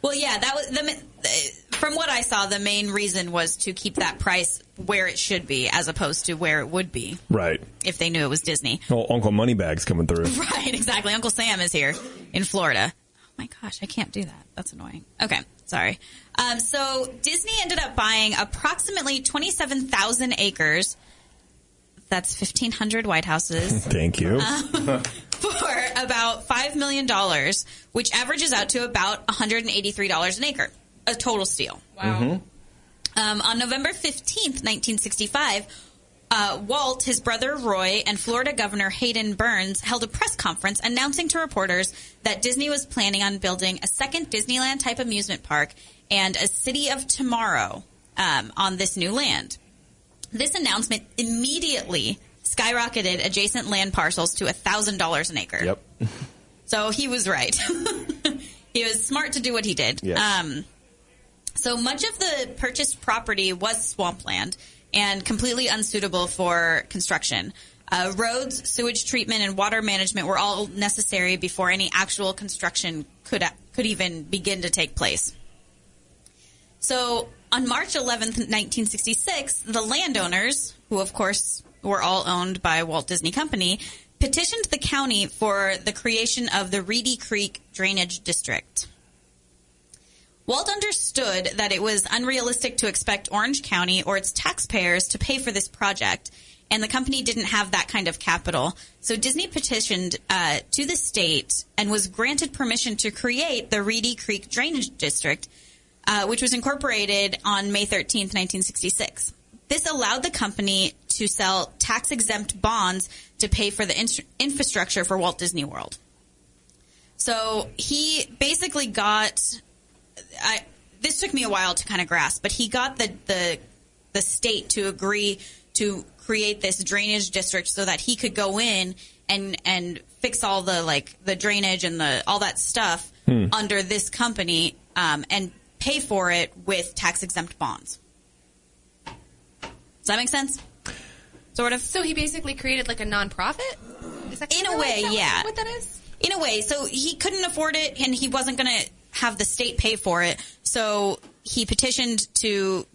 S3: Well, yeah, that was the. ma- uh, From what I saw, the main reason was to keep that price where it should be, as opposed to where it would be
S2: Right.
S3: if they knew it was Disney.
S2: Oh, Uncle Moneybags coming through.
S3: Right, exactly. Uncle Sam is here in Florida. Oh my gosh, I can't do that. That's annoying. Okay, sorry. Um, so Disney ended up buying approximately 27,000 acres. That's 1,500 White Houses
S2: Thank you.
S3: for about $5 million, which averages out to about $183 an acre, a total steal.
S5: Wow.
S3: Um, on November 15th, 1965, uh, Walt, his brother Roy, and Florida Governor Hayden Burns held a press conference announcing to reporters that Disney was planning on building a second Disneyland type amusement park and a city of tomorrow um, on this new land. This announcement immediately skyrocketed adjacent land parcels to $1,000 an acre.
S4: Yep.
S3: So he was right. he was smart to do what he did.
S4: Yes.
S3: Um, so much of the purchased property was swampland and completely unsuitable for construction. Uh, roads, sewage treatment, and water management were all necessary before any actual construction could could even begin to take place. So on March 11th, 1966, the landowners, who of course were all owned by Walt Disney Company, petitioned the county for the creation of the Reedy Creek Drainage District. Walt understood that it was unrealistic to expect Orange County or its taxpayers to pay for this project, and the company didn't have that kind of capital. So Disney petitioned uh, to the state and was granted permission to create the Reedy Creek Drainage District, uh, which was incorporated on May 13th, 1966. This allowed the company to sell tax exempt bonds to pay for the in- infrastructure for Walt Disney World. So he basically got I this took me a while to kind of grasp, but he got the the the state to agree to create this drainage district so that he could go in and and fix all the like the drainage and the all that stuff under this company um, and pay for it with tax exempt bonds. Does that make sense? Sort of.
S7: So he basically created like a nonprofit. Is that
S3: In a
S7: kinda
S3: way,
S7: is that
S3: yeah.
S7: What that is?
S3: in a way. So he couldn't afford it, and he wasn't going to have the state pay for it. So he petitioned to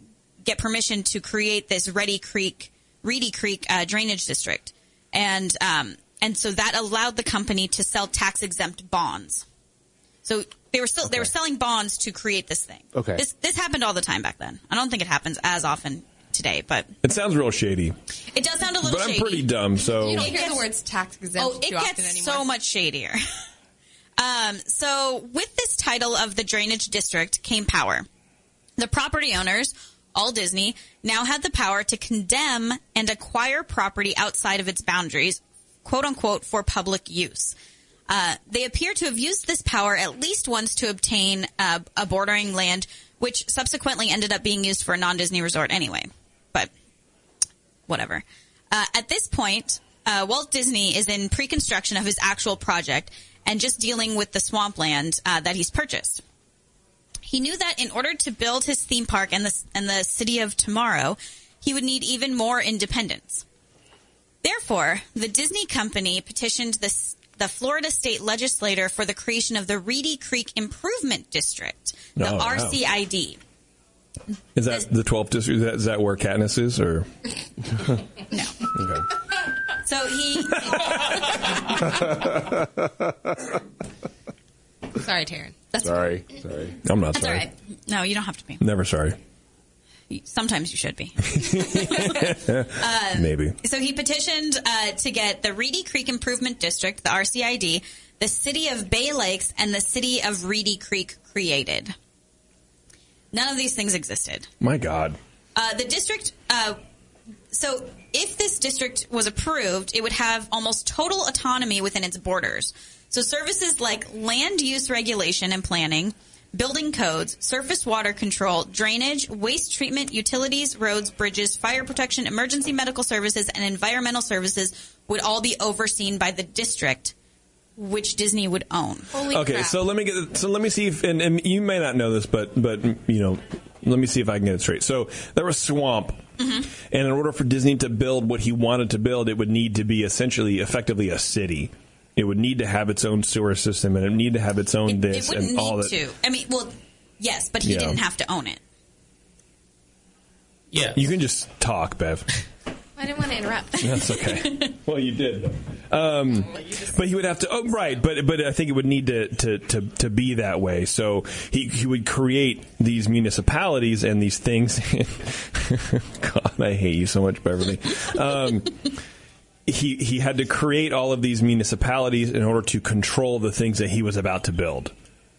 S3: get permission to create this Reedy Creek, Reedy Creek uh, drainage district, and um, and so that allowed the company to sell tax exempt bonds. So they were still they were selling bonds to create this thing.
S4: Okay.
S3: this this happened all the time back then. I don't think it happens as often today, but
S2: It sounds real shady,
S3: it does sound a little.
S2: but I'm
S3: shady.
S2: pretty dumb. So
S7: You don't hear
S3: gets-
S7: the words tax exempt
S3: Oh, it
S7: too
S3: gets
S7: often anymore.
S3: so much shadier. um, so with this title of the drainage district came power. The property owners, all Disney, now had the power to condemn and acquire property outside of its boundaries, quote unquote, for public use. Uh, they appear to have used this power at least once to obtain uh, a bordering land, which subsequently ended up being used for a non-Disney resort anyway. But whatever. Uh, at this point, uh, Walt Disney is in pre-construction of his actual project and just dealing with the swampland uh, that he's purchased. He knew that in order to build his theme park and the and the city of tomorrow, he would need even more independence. Therefore, the Disney company petitioned the s- the Florida state legislator for the creation of the Reedy Creek Improvement District, the
S2: Oh, wow.
S3: RCID.
S2: is that the 12th district? Is that, is that where Katniss is? Or no? Okay.
S3: So he
S7: Sorry, Taryn.
S3: That's
S4: sorry, sorry.
S2: I'm not
S3: That's all
S2: sorry.
S3: right. No, you don't have to be.
S2: Never sorry.
S3: Sometimes you should be.
S2: Maybe.
S3: So he petitioned uh, to get the Reedy Creek Improvement District, the RCID, the city of Bay Lakes, and the city of Reedy Creek created. None of these things existed.
S2: My God.
S3: Uh, the district. Uh, so, if this district was approved, it would have almost total autonomy within its borders. So, services like land use regulation and planning, building codes, surface water control, drainage, waste treatment, utilities, roads, bridges, fire protection, emergency medical services, and environmental services would all be overseen by the district, which Disney would own.
S7: Holy
S2: Okay,
S7: crap.
S2: so let me get so let me see if and, and you may not know this, but but you know, let me see if I can get it straight. So there was swamp,
S3: Mm-hmm.
S2: and in order for Disney to build what he wanted to build, it would need to be essentially, effectively, a city. It would need to have its own sewer system, and it would need to have its own
S3: It, it
S2: this
S3: wouldn't
S2: and all
S3: need
S2: that.
S3: to. I mean, well, yes, but he
S2: Yeah.
S3: didn't have to own it.
S6: Yeah.
S2: You can just talk, Bev.
S7: I didn't want to interrupt.
S2: That's okay. well, you did. Um, but he would have to. Oh, right. But but I think it would need to to, to, to be that way. So he he would create these municipalities and these things. God, I hate you so much, Beverly. Um, he he had to create all of these municipalities in order to control the things that he was about to build.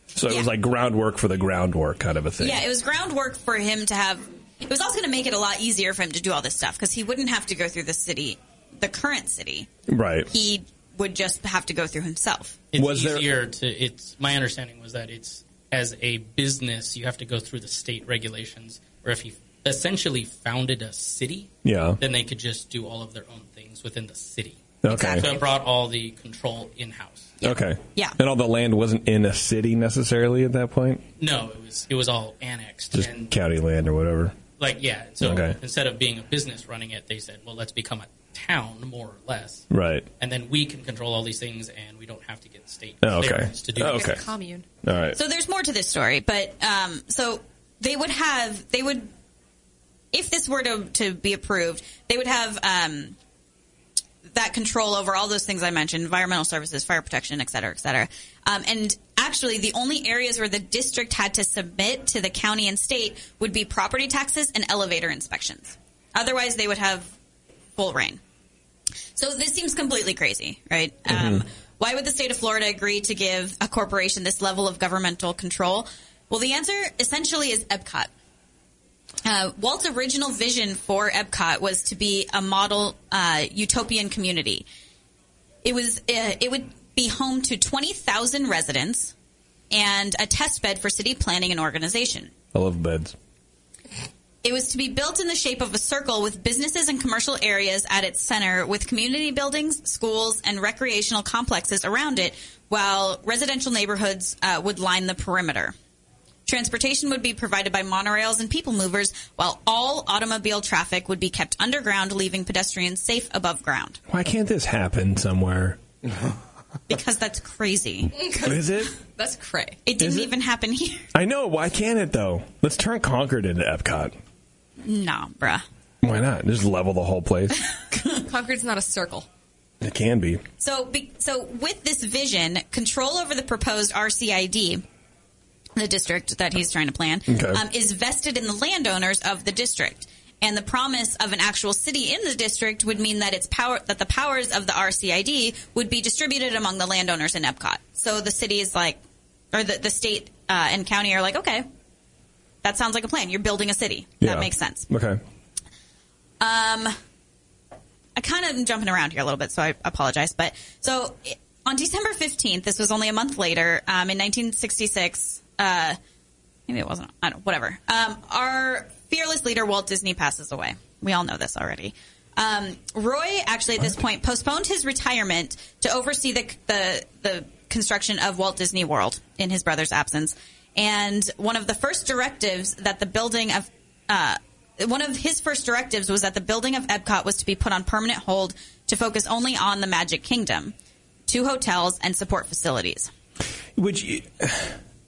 S2: So it was
S3: Yeah.
S2: like groundwork for the groundwork kind of a thing.
S3: Yeah, it was groundwork for him to have. It was also going to make it a lot easier for him to do all this stuff because he wouldn't have to go through the city, the current city.
S2: right.
S3: He would just have to go through himself.
S6: it's
S2: Was there-
S6: easier to it's my understanding was that it's as a business you have to go through the state regulations where if he essentially founded a city
S2: yeah.
S6: then they could just do all of their own things within the city
S2: Okay.
S6: so it brought all the control in house
S2: Okay.
S3: Yeah.
S2: And all the land wasn't in a city necessarily at that point,
S6: no it was it was all annexed
S2: just
S6: and
S2: county land or whatever.
S6: like yeah so
S2: Okay.
S6: instead of being a business running it they said well let's become a town more or less
S2: Right.
S6: and then we can control all these things and we don't have to get state
S2: Oh, okay.
S6: clearance to do
S2: Oh,
S6: it.
S2: okay.
S7: Commune.
S2: All right.
S3: So there's more to this story, but um, so they would have they would if this were to to be approved, they would have um, that control over all those things I mentioned: environmental services, fire protection, et cetera, et cetera. Um, and actually, the only areas where the district had to submit to the county and state would be property taxes and elevator inspections. Otherwise, they would have full reign. So this seems completely crazy, right? Um, why would the state of Florida agree to give a corporation this level of governmental control? Well, the answer essentially is Epcot. Uh, Walt's original vision for Epcot was to be a model uh, utopian community. It was uh, it would be home to twenty thousand residents and a test bed for city planning and organization.
S2: I love beds.
S3: It was to be built in the shape of a circle with businesses and commercial areas at its center, with community buildings, schools, and recreational complexes around it, while residential neighborhoods uh, would line the perimeter. Transportation would be provided by monorails and people movers, while all automobile traffic would be kept underground, leaving pedestrians safe above ground.
S2: Why can't this happen somewhere?
S3: Because that's crazy.
S2: Is it?
S5: That's cray.
S3: It didn't
S2: it?
S3: even happen here.
S2: I know. Why can't it though? Let's turn Concord into Epcot.
S3: Nah, bruh.
S2: Why not? Just level the whole place.
S7: Concord's not a circle.
S2: It can be.
S3: So, be, so with this vision, control over the proposed RCID, the district that he's trying to plan,
S2: Okay.
S3: um, is vested in the landowners of the district. And the promise of an actual city in the district would mean that its power that the powers of the RCID would be distributed among the landowners in Epcot. So the city is like, or the the state uh, and county are like, okay, that sounds like a plan. You're building a city.
S2: Yeah.
S3: That makes sense.
S2: Okay.
S3: I kind of am jumping around here a little bit, so I apologize. But so it- on December 15th, this was only a month later, um, in 1966, uh, maybe it wasn't, I don't whatever. Um, our fearless leader, Walt Disney, passes away. We all know this already. Um, Roy actually at this point postponed his retirement to oversee the, the, the construction of Walt Disney World in his brother's absence. And one of the first directives that the building of, uh, one of his first directives was that the building of Epcot was to be put on permanent hold to focus only on the Magic Kingdom, two hotels, and support facilities.
S2: Which. y-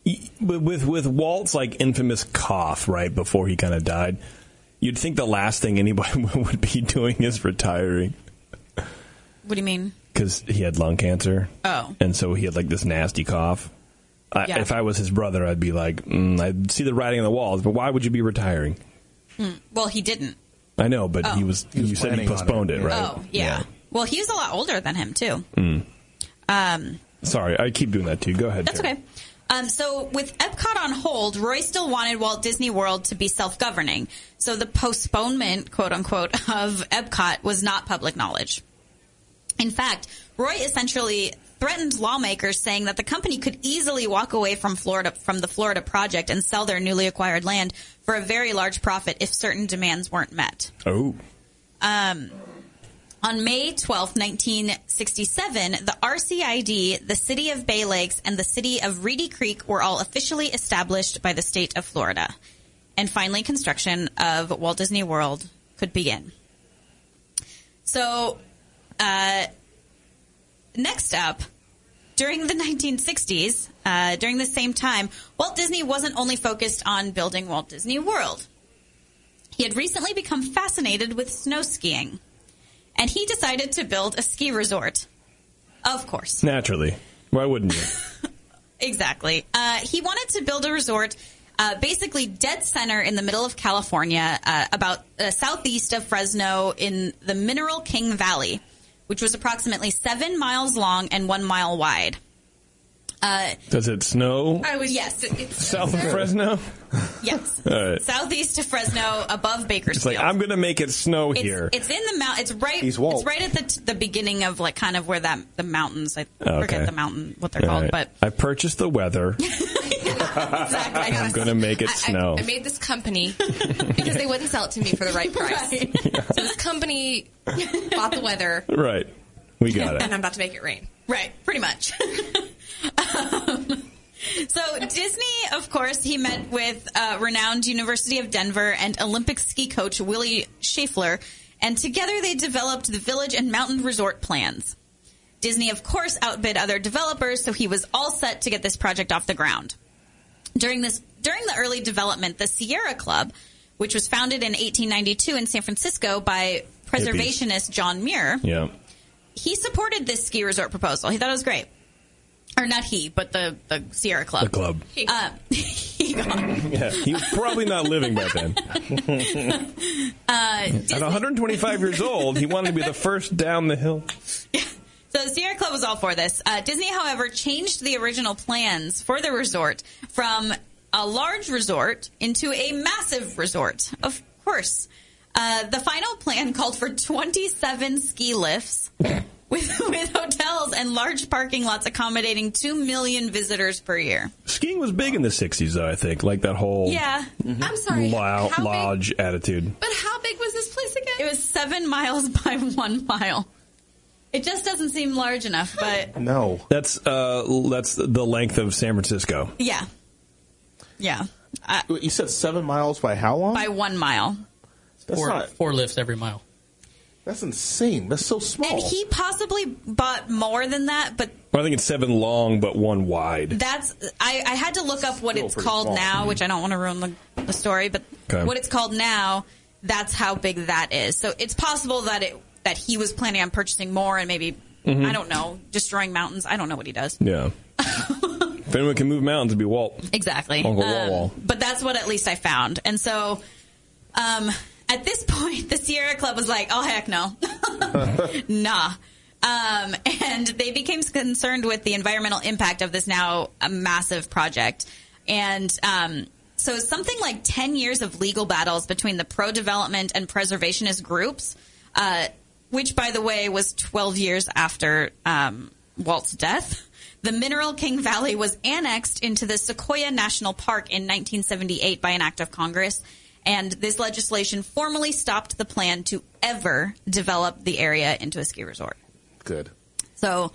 S2: y- With with Walt's like infamous cough right before he kind of died, you'd think the last thing anybody would be doing is retiring.
S3: What do you mean?
S2: because he had lung cancer.
S3: Oh.
S2: And so he had like this nasty cough. I,
S8: Yeah.
S2: If I was his brother, I'd be like, mm, I'd see the writing on the walls. But why would you be retiring?
S3: Well, he didn't.
S2: I know, but he
S3: Oh.
S2: was.
S4: was
S2: you said he
S4: planning on it.
S2: postponed it,
S4: Yeah.
S2: right?
S3: Oh, yeah. Well, he was a lot older than him too.
S2: Sorry, I keep doing that to you. Go ahead.
S3: That's
S2: Terry.
S3: okay. Um, so with Epcot on hold, Roy still wanted Walt Disney World to be self-governing. So the postponement, quote unquote, of Epcot was not public knowledge. In fact, Roy essentially threatened lawmakers saying that the company could easily walk away from Florida from the Florida project and sell their newly acquired land for a very large profit if certain demands weren't met.
S2: Oh,
S3: On May 12, 1967, the RCID, the City of Bay Lakes, and the City of Reedy Creek were all officially established by the state of Florida. And finally, construction of Walt Disney World could begin. So, uh, next up, during the 1960s, uh, during the same time, Walt Disney wasn't only focused on building Walt Disney World. He had recently become fascinated with snow skiing and he decided to build a ski resort. Of course.
S2: naturally. Why wouldn't you?
S3: Exactly. Uh, he wanted to build a resort uh, basically dead center in the middle of California, uh, about uh, southeast of Fresno in the Mineral King Valley, which was approximately seven miles long and one mile wide.
S2: Does it snow
S7: I was
S3: Yes.
S7: just- it's-
S2: south of Fresno?
S3: Yes.
S2: All right.
S3: southeast of Fresno, above
S2: It's
S3: Bakersfield.
S2: like I'm gonna make it snow
S3: it's,
S2: here.
S3: it's in the mount. It's right.
S4: He's Walt.
S3: It's right at the t- the beginning of like kind of where that the mountains. I
S2: Oh, Okay.
S3: forget the mountain what they're
S2: All
S3: called,
S2: right.
S3: but
S2: I purchased the weather.
S3: exactly.
S2: I'm gonna make it
S7: I, I-
S2: snow.
S7: I made this company because they wouldn't sell it to me for the right price.
S3: Right.
S7: So this company bought the weather,
S2: right. We got
S7: and
S2: it.
S7: I'm about to make it rain.
S3: Right, pretty much. Um, so Disney, of course, he met with uh, renowned University of Denver and Olympic ski coach Willie Schaeffler, and together they developed the village and mountain resort plans. Disney, of course, outbid other developers, so he was all set to get this project off the ground. During this, during the early development, the Sierra Club, which was founded in 1892 in San Francisco by preservationist John Muir,
S2: Yeah.
S3: he supported this ski resort proposal. He thought it was great. Or not he, but the, the Sierra Club.
S2: The club.
S3: Uh, he got-
S2: Yeah. He was probably not living back then.
S7: Uh,
S2: At 125 years old, he wanted to be the first down the hill.
S3: so the Sierra Club was all for this. Uh, Disney, however, changed the original plans for the resort from a large resort into a massive resort. Of course. Uh, the final plan called for 27 ski lifts with, with hotels and large parking lots accommodating 2 million visitors per year.
S2: Skiing was big in the 60s, though. I think like that whole
S3: Yeah.
S7: I'm sorry.
S2: lou-
S7: how big,
S2: lodge attitude.
S7: but how big was this place again?
S3: It was seven miles by one mile. It just doesn't seem large enough, but
S4: No.
S2: That's uh, l- that's the length of San Francisco.
S3: yeah. Yeah. Uh,
S4: Wait, You said seven miles by how long?
S3: by one mile.
S4: that's,
S6: Four,
S4: not,
S6: four lifts every mile.
S4: that's insane. That's so small.
S3: And he possibly bought more than that, but
S2: Well, I think it's seven long but one wide.
S3: that's. I, I had to look up what
S4: Still
S3: it's
S4: pretty
S3: called
S4: small. Mm-hmm.
S3: now, which I don't want to ruin the, the story, but
S2: Okay.
S3: what it's called now, that's how big that is. So it's possible that it that he was planning on purchasing more and maybe,
S4: Mm-hmm.
S3: I don't know, destroying mountains. I don't know what he does.
S2: Yeah. if anyone can move mountains, it'd be Walt.
S3: Exactly.
S2: Uncle
S3: Um,
S2: Wall-Wall.
S3: But that's what at least I found. And so um, at this point, the Sierra Club was like, oh, heck no. nah. Um, and they became concerned with the environmental impact of this now a massive project. And um, so something like 10 years of legal battles between the pro development and preservationist groups, uh, which, by the way, was 12 years after um, Walt's death. The Mineral King Valley was annexed into the Sequoia National Park in 1978 by an act of Congress, and this legislation formally stopped the plan to ever develop the area into a ski resort.
S4: Good.
S3: So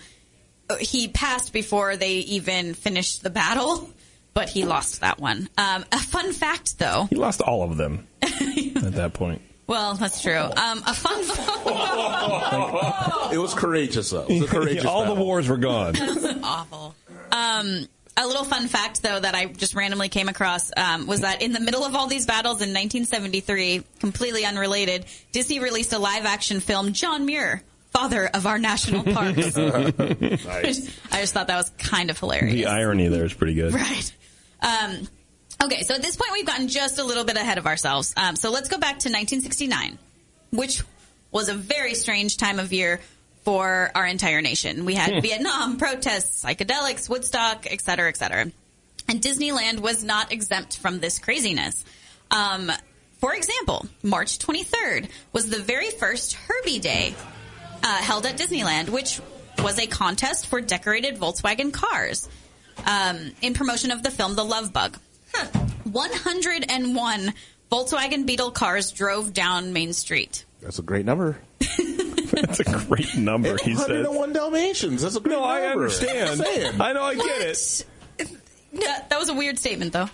S3: uh, he passed before they even finished the battle, but he lost that one. Um, a fun fact, though.
S2: He lost all of them at that point.
S3: Well, that's true. Um, a fun
S4: It was courageous, though. It was a courageous
S2: all the
S4: battle.
S2: wars were gone.
S7: awful.
S3: a little fun fact though that I just randomly came across um, was that in the middle of all these battles in 1973, completely unrelated, Disney released a live action film John Muir father of our national parks.
S4: Nice.
S3: I just thought that was kind of hilarious.
S2: The irony there is pretty good.
S3: Right. Um, okay, so at this point, we've gotten just a little bit ahead of ourselves. Um, so let's go back to 1969, which was a very strange time of year for our entire nation. We had Vietnam protests, psychedelics, Woodstock, et cetera, et cetera. And Disneyland was not exempt from this craziness. Um, for example, March 23rd was the very first Herbie Day uh, held at Disneyland, which was a contest for decorated Volkswagen cars um, in promotion of the film The Love Bug. 101 Volkswagen Beetle cars drove down Main Street.
S4: That's a great number.
S2: That's a great number. He said.
S4: 101 Dalmatians. That's a great
S2: No,
S4: number.
S2: I understand.
S4: I'm saying.
S2: I know. I get it.
S3: That, that was a weird statement, though.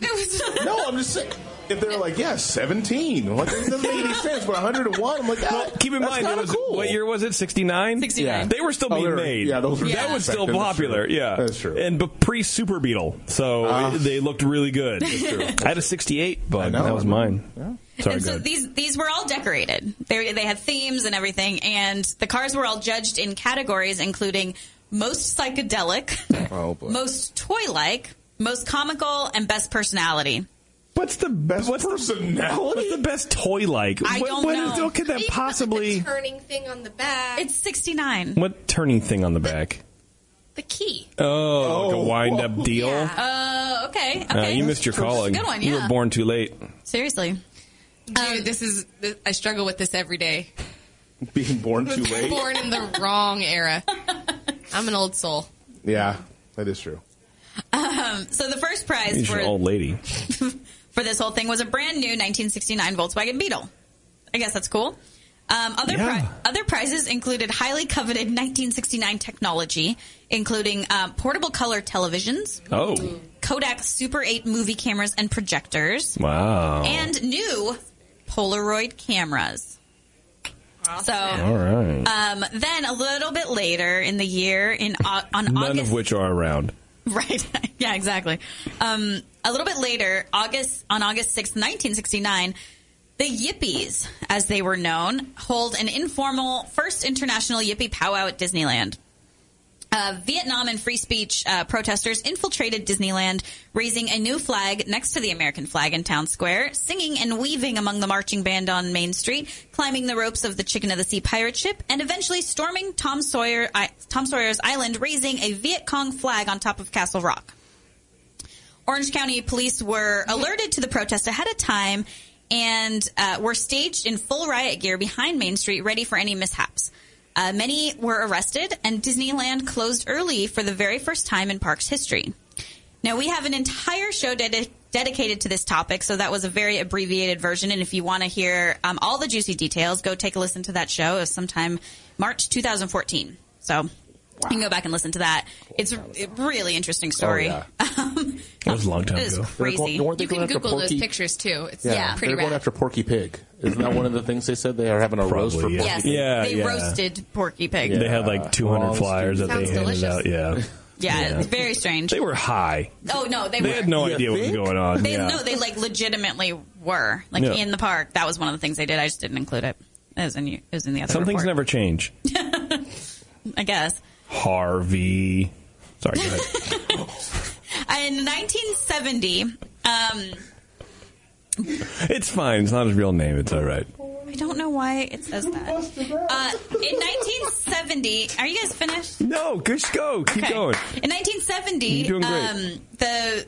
S4: No, I'm just saying. If they're like, yeah, 17. I'm like, that doesn't make any sense. But 101, I'm like, ah,
S2: Keep in
S4: that's
S2: mind, it
S4: kinda
S2: was
S4: cool.
S2: what year was it? Sixty nine.
S3: 69.
S2: They were still
S4: Oh,
S2: being
S4: they were-
S2: made.
S4: yeah, those were
S2: that was
S4: back
S2: still
S4: then, that's
S2: popular.
S4: true.
S2: Yeah,
S4: That's true.
S2: And but pre Super Beetle, so
S4: Ah.
S2: they looked really good.
S4: true.
S2: I had a sixty eight, but
S4: know.
S2: that was mine. Sorry,
S3: and so
S2: good.
S3: these these were all decorated. They they had themes and everything, and the cars were all judged in categories including most psychedelic,
S4: Oh, boy.
S3: most toy like, most comical, and best personality.
S2: What's the
S4: Best
S2: what's The,
S4: personality?
S2: what's the best toy like?
S3: I
S2: what,
S3: don't
S2: what
S3: know.
S2: is- what could that
S7: Even with
S2: possibly?
S7: the turning thing on the back.
S3: It's sixty nine.
S2: What turning thing on the back?
S7: the key.
S2: Oh, like a wind up deal.
S7: Yeah.
S3: Uh, okay,
S2: Uh,
S3: okay.
S2: you missed your calling.
S3: Good one.
S2: You
S3: Yeah.
S2: were born too late.
S3: Seriously.
S7: Um,
S5: Dude, this is. This, I struggle with this every day.
S4: Being born too
S5: Was
S4: late.
S5: Born in the wrong era. I'm an old soul.
S4: Yeah, that is true.
S3: So the first prize
S2: She's
S3: for
S2: an old lady.
S3: for this whole thing was a brand new 1969 Volkswagen Beetle. I guess that's cool. Um, other
S2: Yeah.
S3: pri- other prizes included highly coveted 1969 technology, including um, portable color televisions,
S2: Oh,
S3: Kodak Super 8 movie cameras and projectors,
S2: wow.
S3: and new Polaroid cameras. So
S2: All right.
S3: um, then a little bit later in the year, in au- on
S2: None
S3: August
S2: of which are around.
S3: Right. yeah, exactly. Um, a little bit later, August on August 6th, 1969, the Yippies, as they were known, hold an informal first international Yippie powwow at Disneyland. Uh, Vietnam and free speech uh, protesters infiltrated Disneyland, raising a new flag next to the American flag in Town Square, singing and weaving among the marching band on Main Street, climbing the ropes of the Chicken of the Sea pirate ship, and eventually storming Tom Sawyer I, Tom Sawyer's Island, raising a Viet Cong flag on top of Castle Rock. Orange County police were alerted to the protest ahead of time and uh, were staged in full riot gear behind Main Street, ready for any mishaps. Uh, many were arrested, and Disneyland closed early for the very first time in parks history. Now, we have an entire show dedi- dedicated to this topic, so that was a very abbreviated version. And if you want to hear um, all the juicy details, go take a listen to that show. It was sometime March 2014. So you can go back and listen to that. It's a a really interesting story.
S4: yeah.
S2: That was a long time
S3: It is
S2: ago.
S4: They're
S3: crazy.
S4: going- weren't they
S5: You can
S4: going after
S5: Google those
S4: Porky-
S5: pictures too. It's
S4: Yeah,
S5: pretty
S4: they're going
S5: rad.
S4: after Porky Pig. Isn't that one of the things they said they are having a roast for
S2: Probably,
S4: Porky
S2: yeah.
S3: Yes.
S4: Pig?
S2: Yeah,
S3: they
S2: yeah.
S3: roasted Porky Pig.
S2: They
S3: Yeah,
S2: had like 200
S4: Long
S2: flyers that
S4: street.
S2: they handed out.
S5: Sounds
S2: Yeah.
S3: it's very strange.
S2: They were high.
S3: oh no, they,
S2: They
S3: were.
S2: had no
S4: You
S2: idea
S4: think?
S2: what was going on.
S3: They
S2: yeah.
S3: no, they like legitimately were like
S2: Yeah.
S3: in the park. That was one of the things they did. I just didn't include it. It was in, it was in the other.
S2: Some things
S3: report,
S2: never change.
S3: I guess.
S2: Harvey. Sorry, go ahead.
S3: In 1970, um, I
S2: it's fine. It's not his real name. It's all right.
S3: don't know why it says that. Uh, in 1970, are you guys finished?
S2: No, just go. Keep
S3: Okay.
S2: going.
S3: In 1970,
S2: You're doing great.
S3: um, the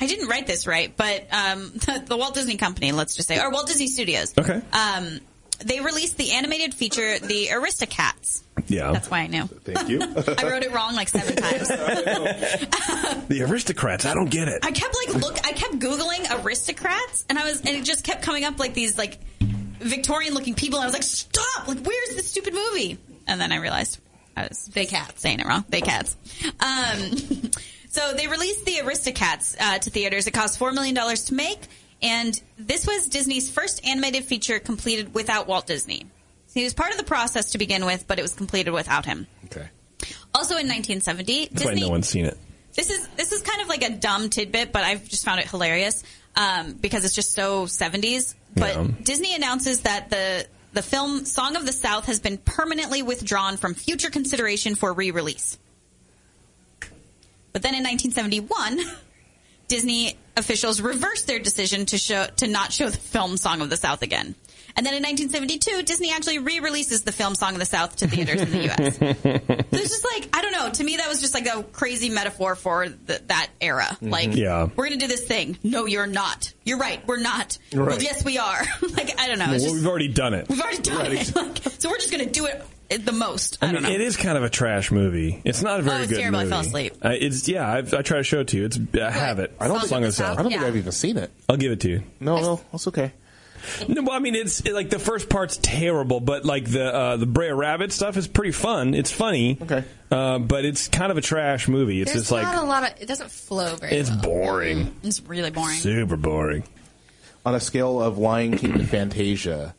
S3: I didn't write this right, but um, the, the Walt Disney Company, let's just say, or Walt Disney Studios.
S2: Okay.
S3: Um, they released the animated feature, The Aristocats.
S2: yeah.
S3: That's why I knew.
S4: Thank you.
S3: I wrote it wrong like seven times.
S2: The aristocrats. I don't get it.
S3: I kept like look. I kept googling aristocrats, and I was, and it just kept coming up like these like Victorian looking people. I was like, stop! Like, where's this stupid movie? And then I realized I was they cats saying it wrong. They cats. Um, so they released the Aristocats uh, to theaters. It cost four million dollars to make, and this was Disney's first animated feature completed without Walt Disney. He was part of the process to begin with, but it was completed without him.
S4: okay.
S3: Also in 1970,
S2: That's
S3: Disney
S2: why no one's seen it.
S3: this is this is kind of like a dumb tidbit, but I've just found it hilarious um, because it's just so 70s. But
S2: Yeah.
S3: Disney announces that the the film Song of the South has been permanently withdrawn from future consideration for re release. But then in 1971, Disney officials reversed their decision to show to not show the film Song of the South again. And then in 1972, Disney actually re-releases the film Song of the South to theaters in the U.S. so it's just like I don't know. To me, that was just like a crazy metaphor for th- that era.
S2: Mm-hmm.
S3: Like,
S2: Yeah.
S3: we're gonna do this thing. No, you're not. You're right. We're not.
S4: Right.
S3: Well, yes, we are. like I don't know.
S2: Well,
S3: It's just,
S2: we've already done it.
S3: we've already done it. Like, so we're just gonna do it the most. I,
S2: I
S3: don't
S2: mean,
S3: know.
S2: it is kind of a trash movie. It's not a very
S3: it's
S2: good
S3: terrible. I
S2: movie.
S3: fell asleep.
S2: I- it's yeah. I've, I try to show it to you. It's I have it.
S4: I don't
S7: Song
S4: think
S7: of the South.
S4: I don't think
S7: Yeah.
S4: I've even seen it.
S2: I'll give it to you.
S4: No, no, that's okay.
S2: No, well, I mean, it's it, like the first part's terrible, but like the uh, the Brer Rabbit stuff is pretty fun. It's funny.
S4: Okay.
S2: Uh, but it's kind of a trash movie. It's
S7: There's
S2: just like
S7: not a lot of. It doesn't flow very.
S2: it's
S7: well.
S2: boring,
S3: It's really boring.
S2: super boring.
S4: On a scale of Lion King to Fantasia,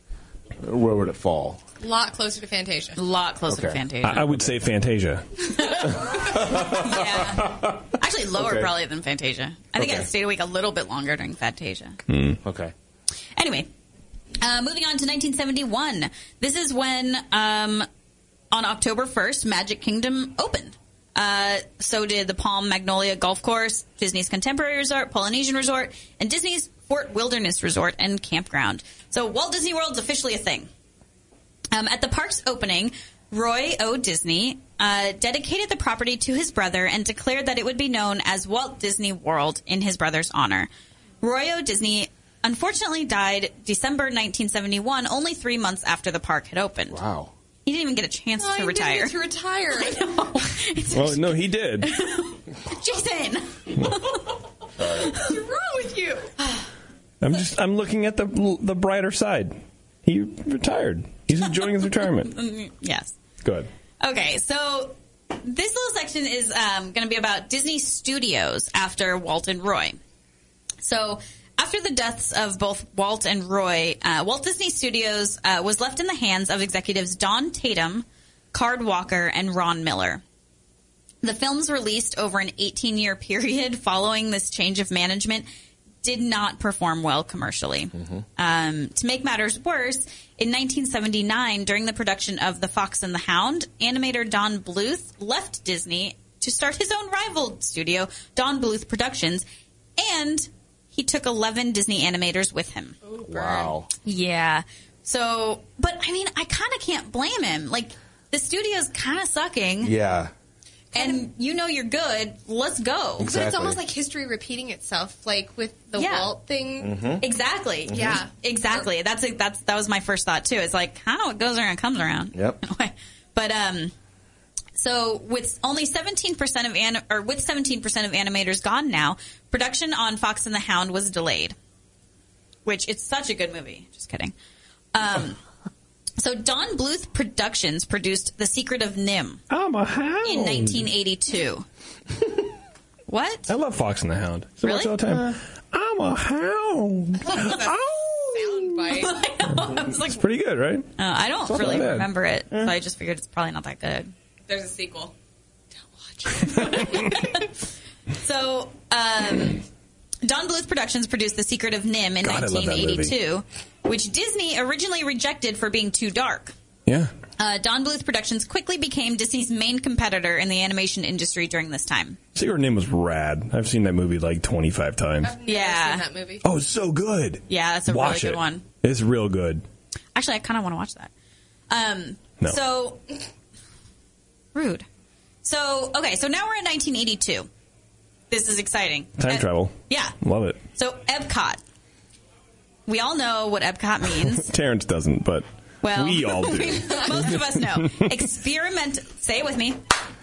S4: where would it fall?
S7: A lot closer to Fantasia.
S3: A lot closer to
S4: Okay.
S3: Fantasia.
S2: I, I would say Fantasia.
S3: yeah. Actually, lower
S4: Okay.
S3: probably than Fantasia. I think I
S4: Okay. Hmm.
S3: stayed awake a little bit longer during Fantasia.
S4: Okay.
S3: Anyway, uh, moving on to 1971. This is when, um, on October 1st, Magic Kingdom opened. Uh, so did the Palm Magnolia Golf Course, Disney's Contemporary Resort, Polynesian Resort, and Disney's Fort Wilderness Resort and Campground. So Walt Disney World's officially a thing. Um, at the park's opening, Roy O. Disney uh, dedicated the property to his brother and declared that it would be known as Walt Disney World in his brother's honor. Roy O. Disney unfortunately died December 1971, only three months after the park had opened.
S4: Wow.
S3: He didn't even get a chance
S7: Oh,
S3: to
S7: you didn't
S3: retire.
S7: get To retire.
S2: Well, Oh, no, he did.
S3: Jason,
S7: What's wrong with you?
S2: I'm just I'm looking at the the brighter side. He retired. He's enjoying his retirement.
S3: Um, yes.
S2: Go ahead.
S3: Okay, so this little section is um, going to be about Disney Studios after Walt and Roy. So after the deaths of both Walt and Roy, uh, Walt Disney Studios uh, was left in the hands of executives Don Tatum, Card Walker, and Ron Miller. The films released over an 18 year period following this change of management did not perform well commercially. Um, to make matters worse, in 1979, during the production of The Fox and the Hound, animator Don Bluth left Disney to start his own rival studio, Don Bluth Productions, and he took 11 Disney animators with him.
S4: Wow.
S3: Yeah. So, but I mean, I kind of can't blame him. Like, the studio's kind of sucking
S4: Yeah.
S3: and you know you're good, let's go.
S7: But it's almost
S4: Exactly.
S7: like history repeating itself, like with the
S3: Yeah.
S7: Walt thing.
S2: Mm-hmm.
S3: Exactly.
S7: Yeah.
S3: Exactly. That's a, that's that was my first thought too. It's like kind of what goes around comes around.
S4: Yep.
S3: In a way. But um so with only 17% of an, or with 17% of animators gone now, production on Fox and the Hound was delayed. Which it's such a good movie. Just kidding. Um so Don Bluth Productions produced The Secret of Nim
S2: I'm a hound.
S3: in 1982. what?
S2: I love Fox and the Hound. So
S3: Really?
S2: much all the time. I'm a hound. oh,
S7: Soundbite.
S3: I was like,
S2: pretty good, right?
S3: Uh, I don't
S2: not
S3: really
S2: bad.
S3: remember it, so I just figured it's probably not that good.
S5: There's a sequel.
S3: So, um, Don Bluth Productions produced The Secret of Nim in
S2: God, I love that
S3: 1982, which Disney originally rejected for being too dark.
S2: Yeah.
S3: Uh, Don Bluth Productions quickly became Disney's main competitor in the animation industry during this time.
S2: Secret Name was rad. I've seen that movie like 25 times.
S7: I've never
S3: Yeah.
S7: seen that movie.
S2: Oh, it's so good.
S3: Yeah, that's a really
S2: Watch
S3: good
S2: it.
S3: one.
S2: It's real good.
S3: Actually, I kind of want to watch that. Um,
S2: No.
S3: So rude. So okay, so now we're in 1982. This is exciting.
S2: Time
S3: Uh,
S2: travel.
S3: Yeah.
S2: Love it.
S3: So Epcot. We all know what Epcot means.
S2: Terrence doesn't, but
S3: Well,
S2: we all do.
S3: most of us know. Experiment. Say it with me. Experimental,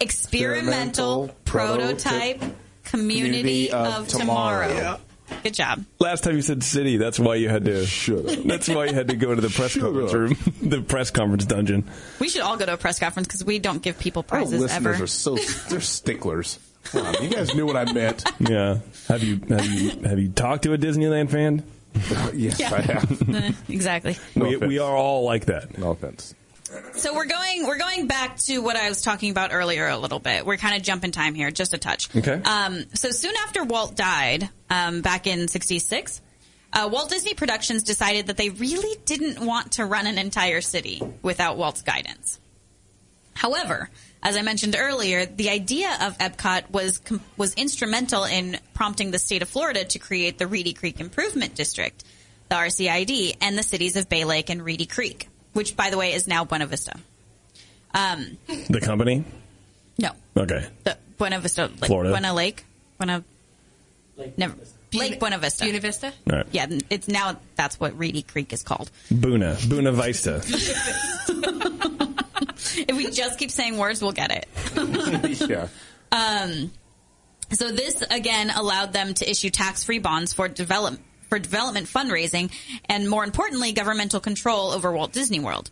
S4: Experimental
S3: prototype, community,
S4: Community of
S3: of, tomorrow.
S4: Tomorrow.
S3: Good job.
S2: Last time you said city, that's why you had to.
S4: Shut up.
S2: That's why you had to go into the press
S4: Shut
S2: conference
S4: up.
S2: room, the press conference dungeon.
S3: We should all go to a press conference because we don't give people
S4: Our
S3: prizes
S4: Oh, listeners
S3: ever.
S4: are so they're sticklers. Wow, you guys knew what I meant.
S2: Yeah. Have you have you have you talked to a Disneyland fan?
S4: Yes, I have.
S3: exactly.
S4: No
S2: we,
S4: offense.
S2: we are all like that.
S4: No offense.
S3: So we're going we're going back to what I was talking about earlier a little bit. We're kind of jumping time here, just a touch.
S2: Okay.
S3: Um, so soon after Walt died, um, back in '66, uh, Walt Disney Productions decided that they really didn't want to run an entire city without Walt's guidance. However, as I mentioned earlier, the idea of Epcot was com- was instrumental in prompting the state of Florida to create the Reedy Creek Improvement District, the RCID, and the cities of Bay Lake and Reedy Creek, which, by the way, is now Buena Vista. Um,
S2: The company?
S3: no,
S2: Okay.
S3: the Buena Vista, like,
S2: Florida.
S3: Buena Lake, Buena, never, Lake Buena Vista.
S7: Buena Vista?
S2: All right.
S3: yeah, it's now that's what Reedy Creek is called.
S2: Buna. Buna Vista.
S3: If we just keep saying words, we'll get it.
S4: yeah.
S3: So this again allowed them to issue tax-free bonds for develop for development fundraising and more importantly governmental control over Walt Disney World.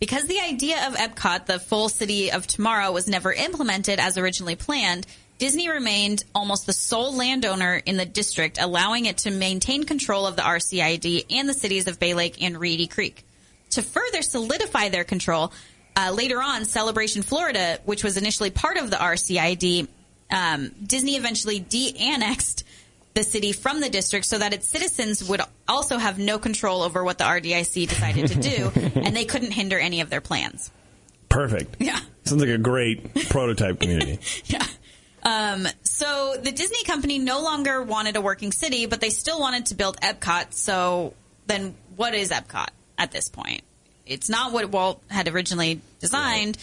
S3: Because the idea of Epcot, the full city of tomorrow was never implemented as originally planned, Disney remained almost the sole landowner in the district, allowing it to maintain control of the RCID and the cities of Bay Lake and Reedy Creek. To further solidify their control, uh, later on, Celebration Florida, which was initially part of the RCID, um, Disney eventually de annexed the city from the district so that its citizens would also have no control over what the RDIC decided to do, and they couldn't hinder any of their plans.
S2: Perfect.
S3: Yeah.
S2: Sounds like a great prototype community.
S3: So the Disney company no longer wanted a working city, but they still wanted to build Epcot. So then what is Epcot at this point? It's not what Walt had originally designed.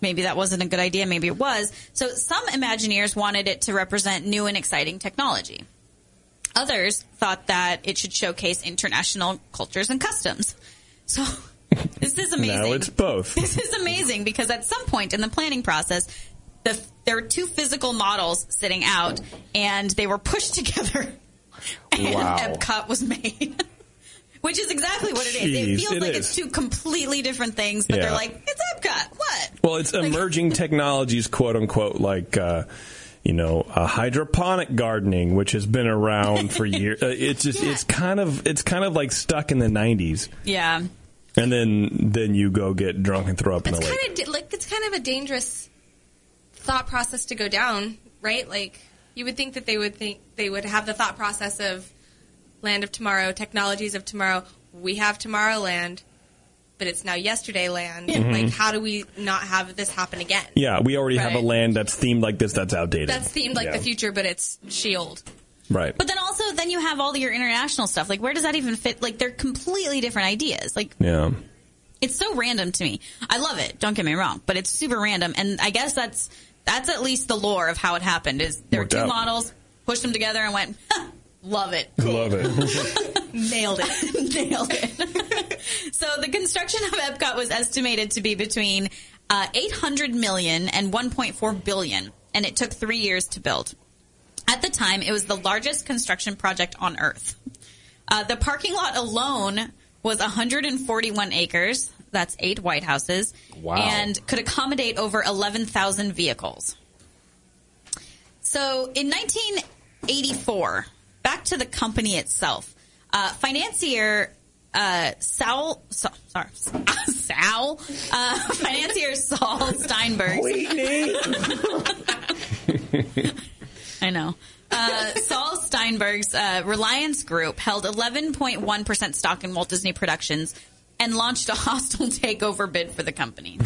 S3: Maybe that wasn't a good idea. Maybe it was. So some Imagineers wanted it to represent new and exciting technology. Others thought that it should showcase international cultures and customs. So this is amazing
S2: Now it's both.
S3: this is amazing because at some point in the planning process, the, there were two physical models sitting out, and they were pushed together, and
S4: Wow.
S3: Epcot was made. Which is exactly what it is.
S2: Jeez,
S3: it feels
S2: it
S3: like
S2: is.
S3: it's two completely different things, but they're
S2: Yeah.
S3: like, it's Epcot. What?
S2: Well, it's emerging technologies, quote unquote, like uh, you know uh, hydroponic gardening, which has been around for years. Uh, it's just it's kind of it's kind of like stuck in the '90s,
S3: Yeah.
S2: and then then you go get drunk and throw up in
S7: It's
S2: the lake.
S7: kind of like it's kind of a dangerous thought process to go down, right? Like you would think that they would think they would have the thought process of land of tomorrow, technologies of tomorrow. We have Tomorrowland, but it's now Yesterday Land. Like how do we not have this happen again?
S2: yeah, we already have a
S7: Right.
S2: land that's themed like this. That's outdated.
S7: That's themed like
S2: Yeah.
S7: the future, but it's Shield.
S2: right?
S3: But then also, then you have all your international stuff. Like, where does that even fit? Like, they're completely different ideas. Like,
S2: yeah,
S3: it's so random to me. I love it. Don't get me wrong, but it's super random, and I guess that's that's at least the lore of how it happened. Is there
S2: Worked
S3: were two
S2: out.
S3: models, pushed them together, and went, "Huh, love it,
S2: love it.
S7: Nailed it.
S3: nailed it. so the construction of Epcot was estimated to be between uh, 800 million and 1.4 billion, and it took three years to build. At the time, it was the largest construction project on Earth. Uh, the parking lot alone was 141 acres. That's eight White Houses.
S4: Wow.
S3: And could accommodate over 11,000 vehicles. So in 1984, back to the company itself, uh, financier uh, Sal, Sa- sorry, Sal, uh, financier Saul Steinberg. I know. Uh, Saul Steinberg's uh, Reliance Group held 11.1% stock in Walt Disney Productions and launched a hostile takeover bid for the company.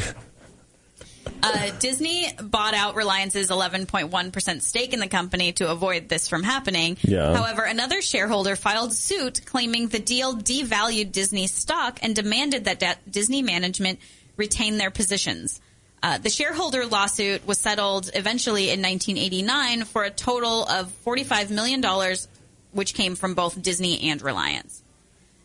S3: Uh, Disney bought out Reliance's 11.1% stake in the company to avoid this from happening.
S2: Yeah.
S3: However, another shareholder filed suit claiming the deal devalued Disney stock and demanded that da- Disney management retain their positions. Uh, the shareholder lawsuit was settled eventually in 1989 for a total of $45 million, which came from both Disney and Reliance.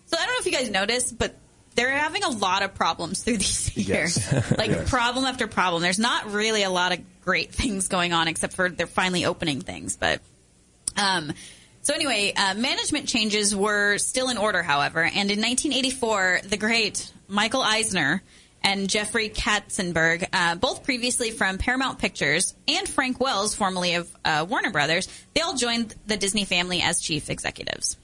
S3: So I don't know if you guys noticed, but they're having a lot of problems through these years. Like problem after problem. There's not really a lot of great things going on except for they're finally opening things, but um so anyway, uh, management changes were still in order, however, and in 1984, the great Michael Eisner and Jeffrey Katzenberg, uh, both previously from Paramount Pictures and Frank Wells, formerly of uh, Warner Brothers, they all joined the Disney family as chief executives.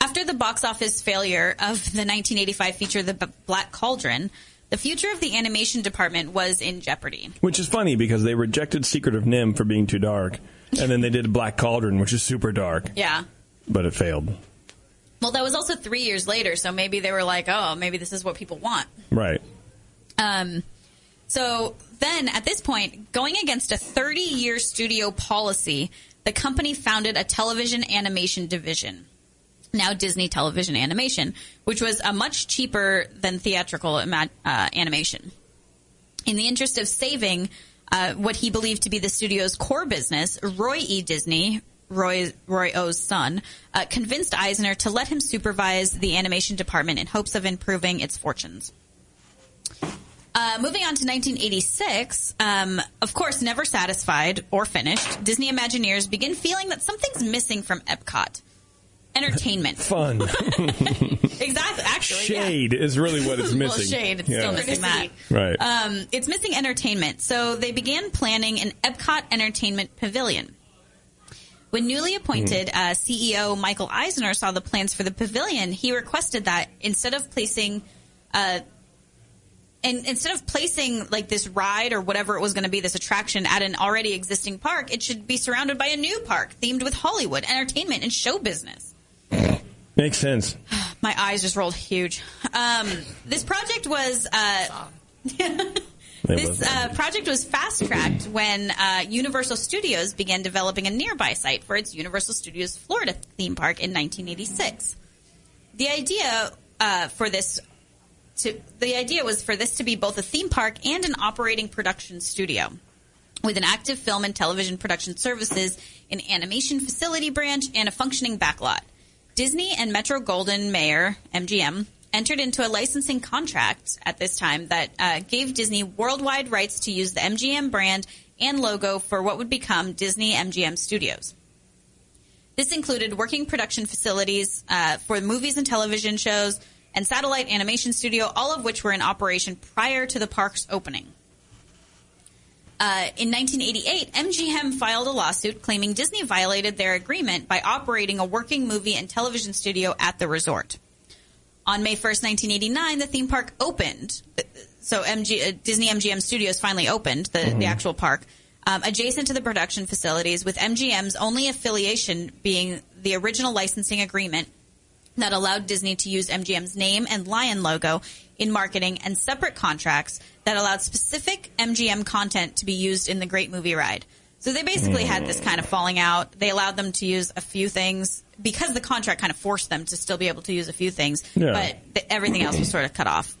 S3: After the box office failure of the 1985 feature The B- Black Cauldron, the future of the animation department was in jeopardy.
S2: Which is funny because they rejected Secret of Nim for being too dark, and then they did Black Cauldron, which is super dark,
S3: Yeah.
S2: but it failed.
S3: Well, that was also three years later, so maybe they were like, oh, maybe this is what people want.
S2: Right.
S3: Um, so then at this point, going against a 30 year studio policy, the company founded a television animation division, now Disney Television Animation, which was a much cheaper than theatrical ima- uh, animation. In the interest of saving uh, what he believed to be the studio's core business, Roy E. Disney, Roy, Roy O's son, uh, convinced Eisner to let him supervise the animation department in hopes of improving its fortunes. Uh, moving on to 1986, um, of course, never satisfied or finished, Disney Imagineers begin feeling that something's missing from Epcot. Entertainment.
S2: Fun.
S3: exactly. Actually, yeah.
S2: Shade is really what it's missing.
S3: Well, shade. It's
S2: Yeah.
S3: still missing that.
S2: Right.
S3: Um, it's missing entertainment. So they began planning an Epcot Entertainment Pavilion. When newly appointed uh, CEO Michael Eisner saw the plans for the pavilion, he requested that instead of placing, uh, and instead of placing like this ride or whatever it was going to be, this attraction at an already existing park, it should be surrounded by a new park themed with Hollywood, entertainment, and show business.
S2: Makes sense.
S3: My eyes just rolled huge. Um, this project was uh,
S2: It
S3: this
S2: was-
S3: uh, project was fast tracked when uh, Universal Studios began developing a nearby site for its Universal Studios Florida theme park in 1986. The idea uh, for this to the idea was for this to be both a theme park and an operating production studio with an active film and television production services, an animation facility branch, and a functioning backlot. Disney and Metro Golden Mayer, MGM, entered into a licensing contract at this time that uh, gave Disney worldwide rights to use the MGM brand and logo for what would become Disney MGM Studios. This included working production facilities uh, for movies and television shows and satellite animation studio, all of which were in operation prior to the park's opening. Uh, in 1988, MGM filed a lawsuit claiming Disney violated their agreement by operating a working movie and television studio at the resort. On May 1st, 1989, the theme park opened. So MG, uh, Disney MGM Studios finally opened the, the actual park, um, adjacent to the production facilities, with MGM's only affiliation being the original licensing agreement that allowed Disney to use MGM's name and lion logo in marketing and separate contracts that allowed specific MGM content to be used in the Great Movie Ride. So they basically had this kind of falling out. They allowed them to use a few things because the contract kind of forced them to still be able to use a few things,
S2: Yeah.
S3: but th- everything else was sort of cut off.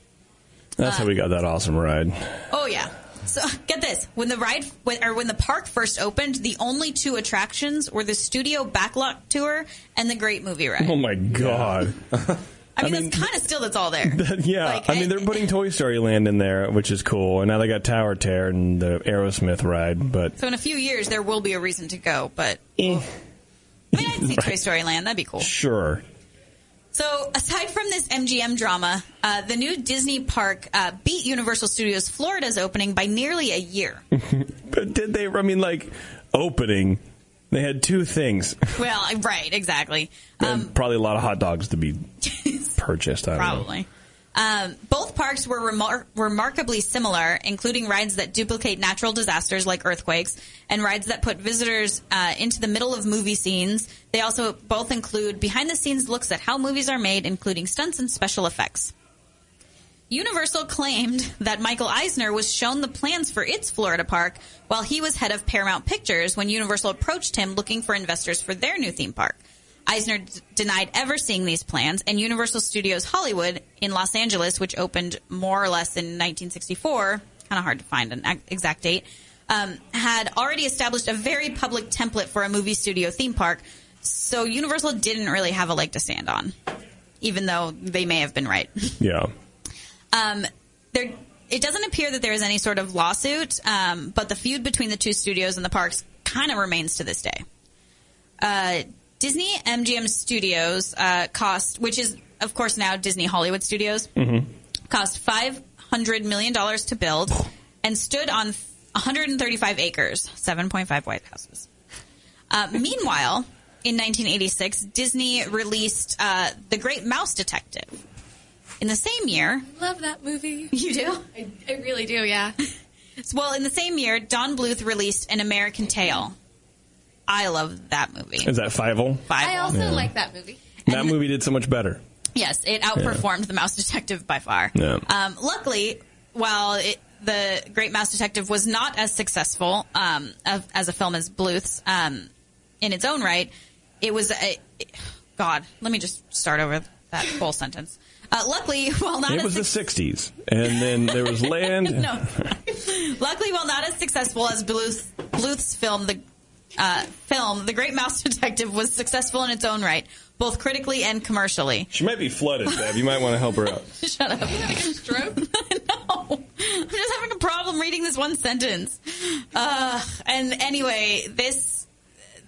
S2: That's how we got that awesome ride.
S3: Oh yeah. So get this: when the ride when, or when the park first opened, the only two attractions were the studio backlot tour and the Great Movie Ride.
S2: Oh my god.
S3: I mean,
S2: I mean,
S3: that's kind of still that's all there.
S2: yeah,
S3: Like,
S2: I mean they're putting Toy Story Land in there, which is cool, and now they got Tower Tear and the Aerosmith ride. But
S3: So in a few years, there will be a reason to go. But I mean, I'd see Toy Story Land. That'd be cool.
S2: sure,
S3: So, aside from this MGM drama, uh, the new Disney park uh, beat Universal Studios Florida's opening by nearly a year.
S2: but did they? I mean, like opening, they had two things,
S3: well, I- right, exactly. Um,
S2: and probably a lot of hot dogs to be purchased. I don't know.
S3: Probably. Um, both parks were remar- remarkably similar, including rides that duplicate natural disasters like earthquakes and rides that put visitors uh, into the middle of movie scenes. They also both include behind the scenes looks at how movies are made, including stunts and special effects. Universal claimed that Michael Eisner was shown the plans for its Florida park while he was head of Paramount Pictures when Universal approached him looking for investors for their new theme park. Eisner d- denied ever seeing these plans, and Universal Studios Hollywood in Los Angeles, which opened more or less in 1964, kind of hard to find an ac- exact date, um, had already established a very public template for a movie studio theme park, so Universal didn't really have a leg to stand on, even though they may have been right.
S2: Yeah,
S3: Um, there, it doesn't appear that there is any sort of lawsuit, um, but the feud between the two studios and the parks kind of remains to this day. Uh, Disney MGM Studios uh, cost, which is of course now Disney Hollywood Studios, cost five hundred million dollars to build, and stood on 135 acres, 7.5 White Houses. Uh, meanwhile, in 1986, Disney released uh, The Great Mouse Detective. In the same year,
S7: Love that movie.
S3: you do?
S7: I, I really do. Yeah.
S3: Well, in the same year, Don Bluth released An American Tale. I love that movie.
S2: is that Fievel?
S3: Bible.
S7: I also like that movie.
S2: That movie did so much better.
S3: Yes, it outperformed The Mouse Detective by far.
S2: Yeah.
S3: Um, luckily, while it, the Great Mouse Detective was not as successful um, of, as a film as Bluth's um, in its own right, it was. A, God, let me just start over that whole sentence. Uh, luckily, while not
S2: It
S3: as
S2: was the
S3: suc-
S2: '60s, and then there was Land.
S3: no. Luckily, while not as successful as Bluth, Bluth's film, the uh, film The Great Mouse Detective was successful in its own right, both critically and commercially.
S2: She might be flooded, Bev. You might want to help her out.
S3: Shut up.
S5: Stroke?
S3: no. I'm just having a problem reading this one sentence. Uh, and anyway, this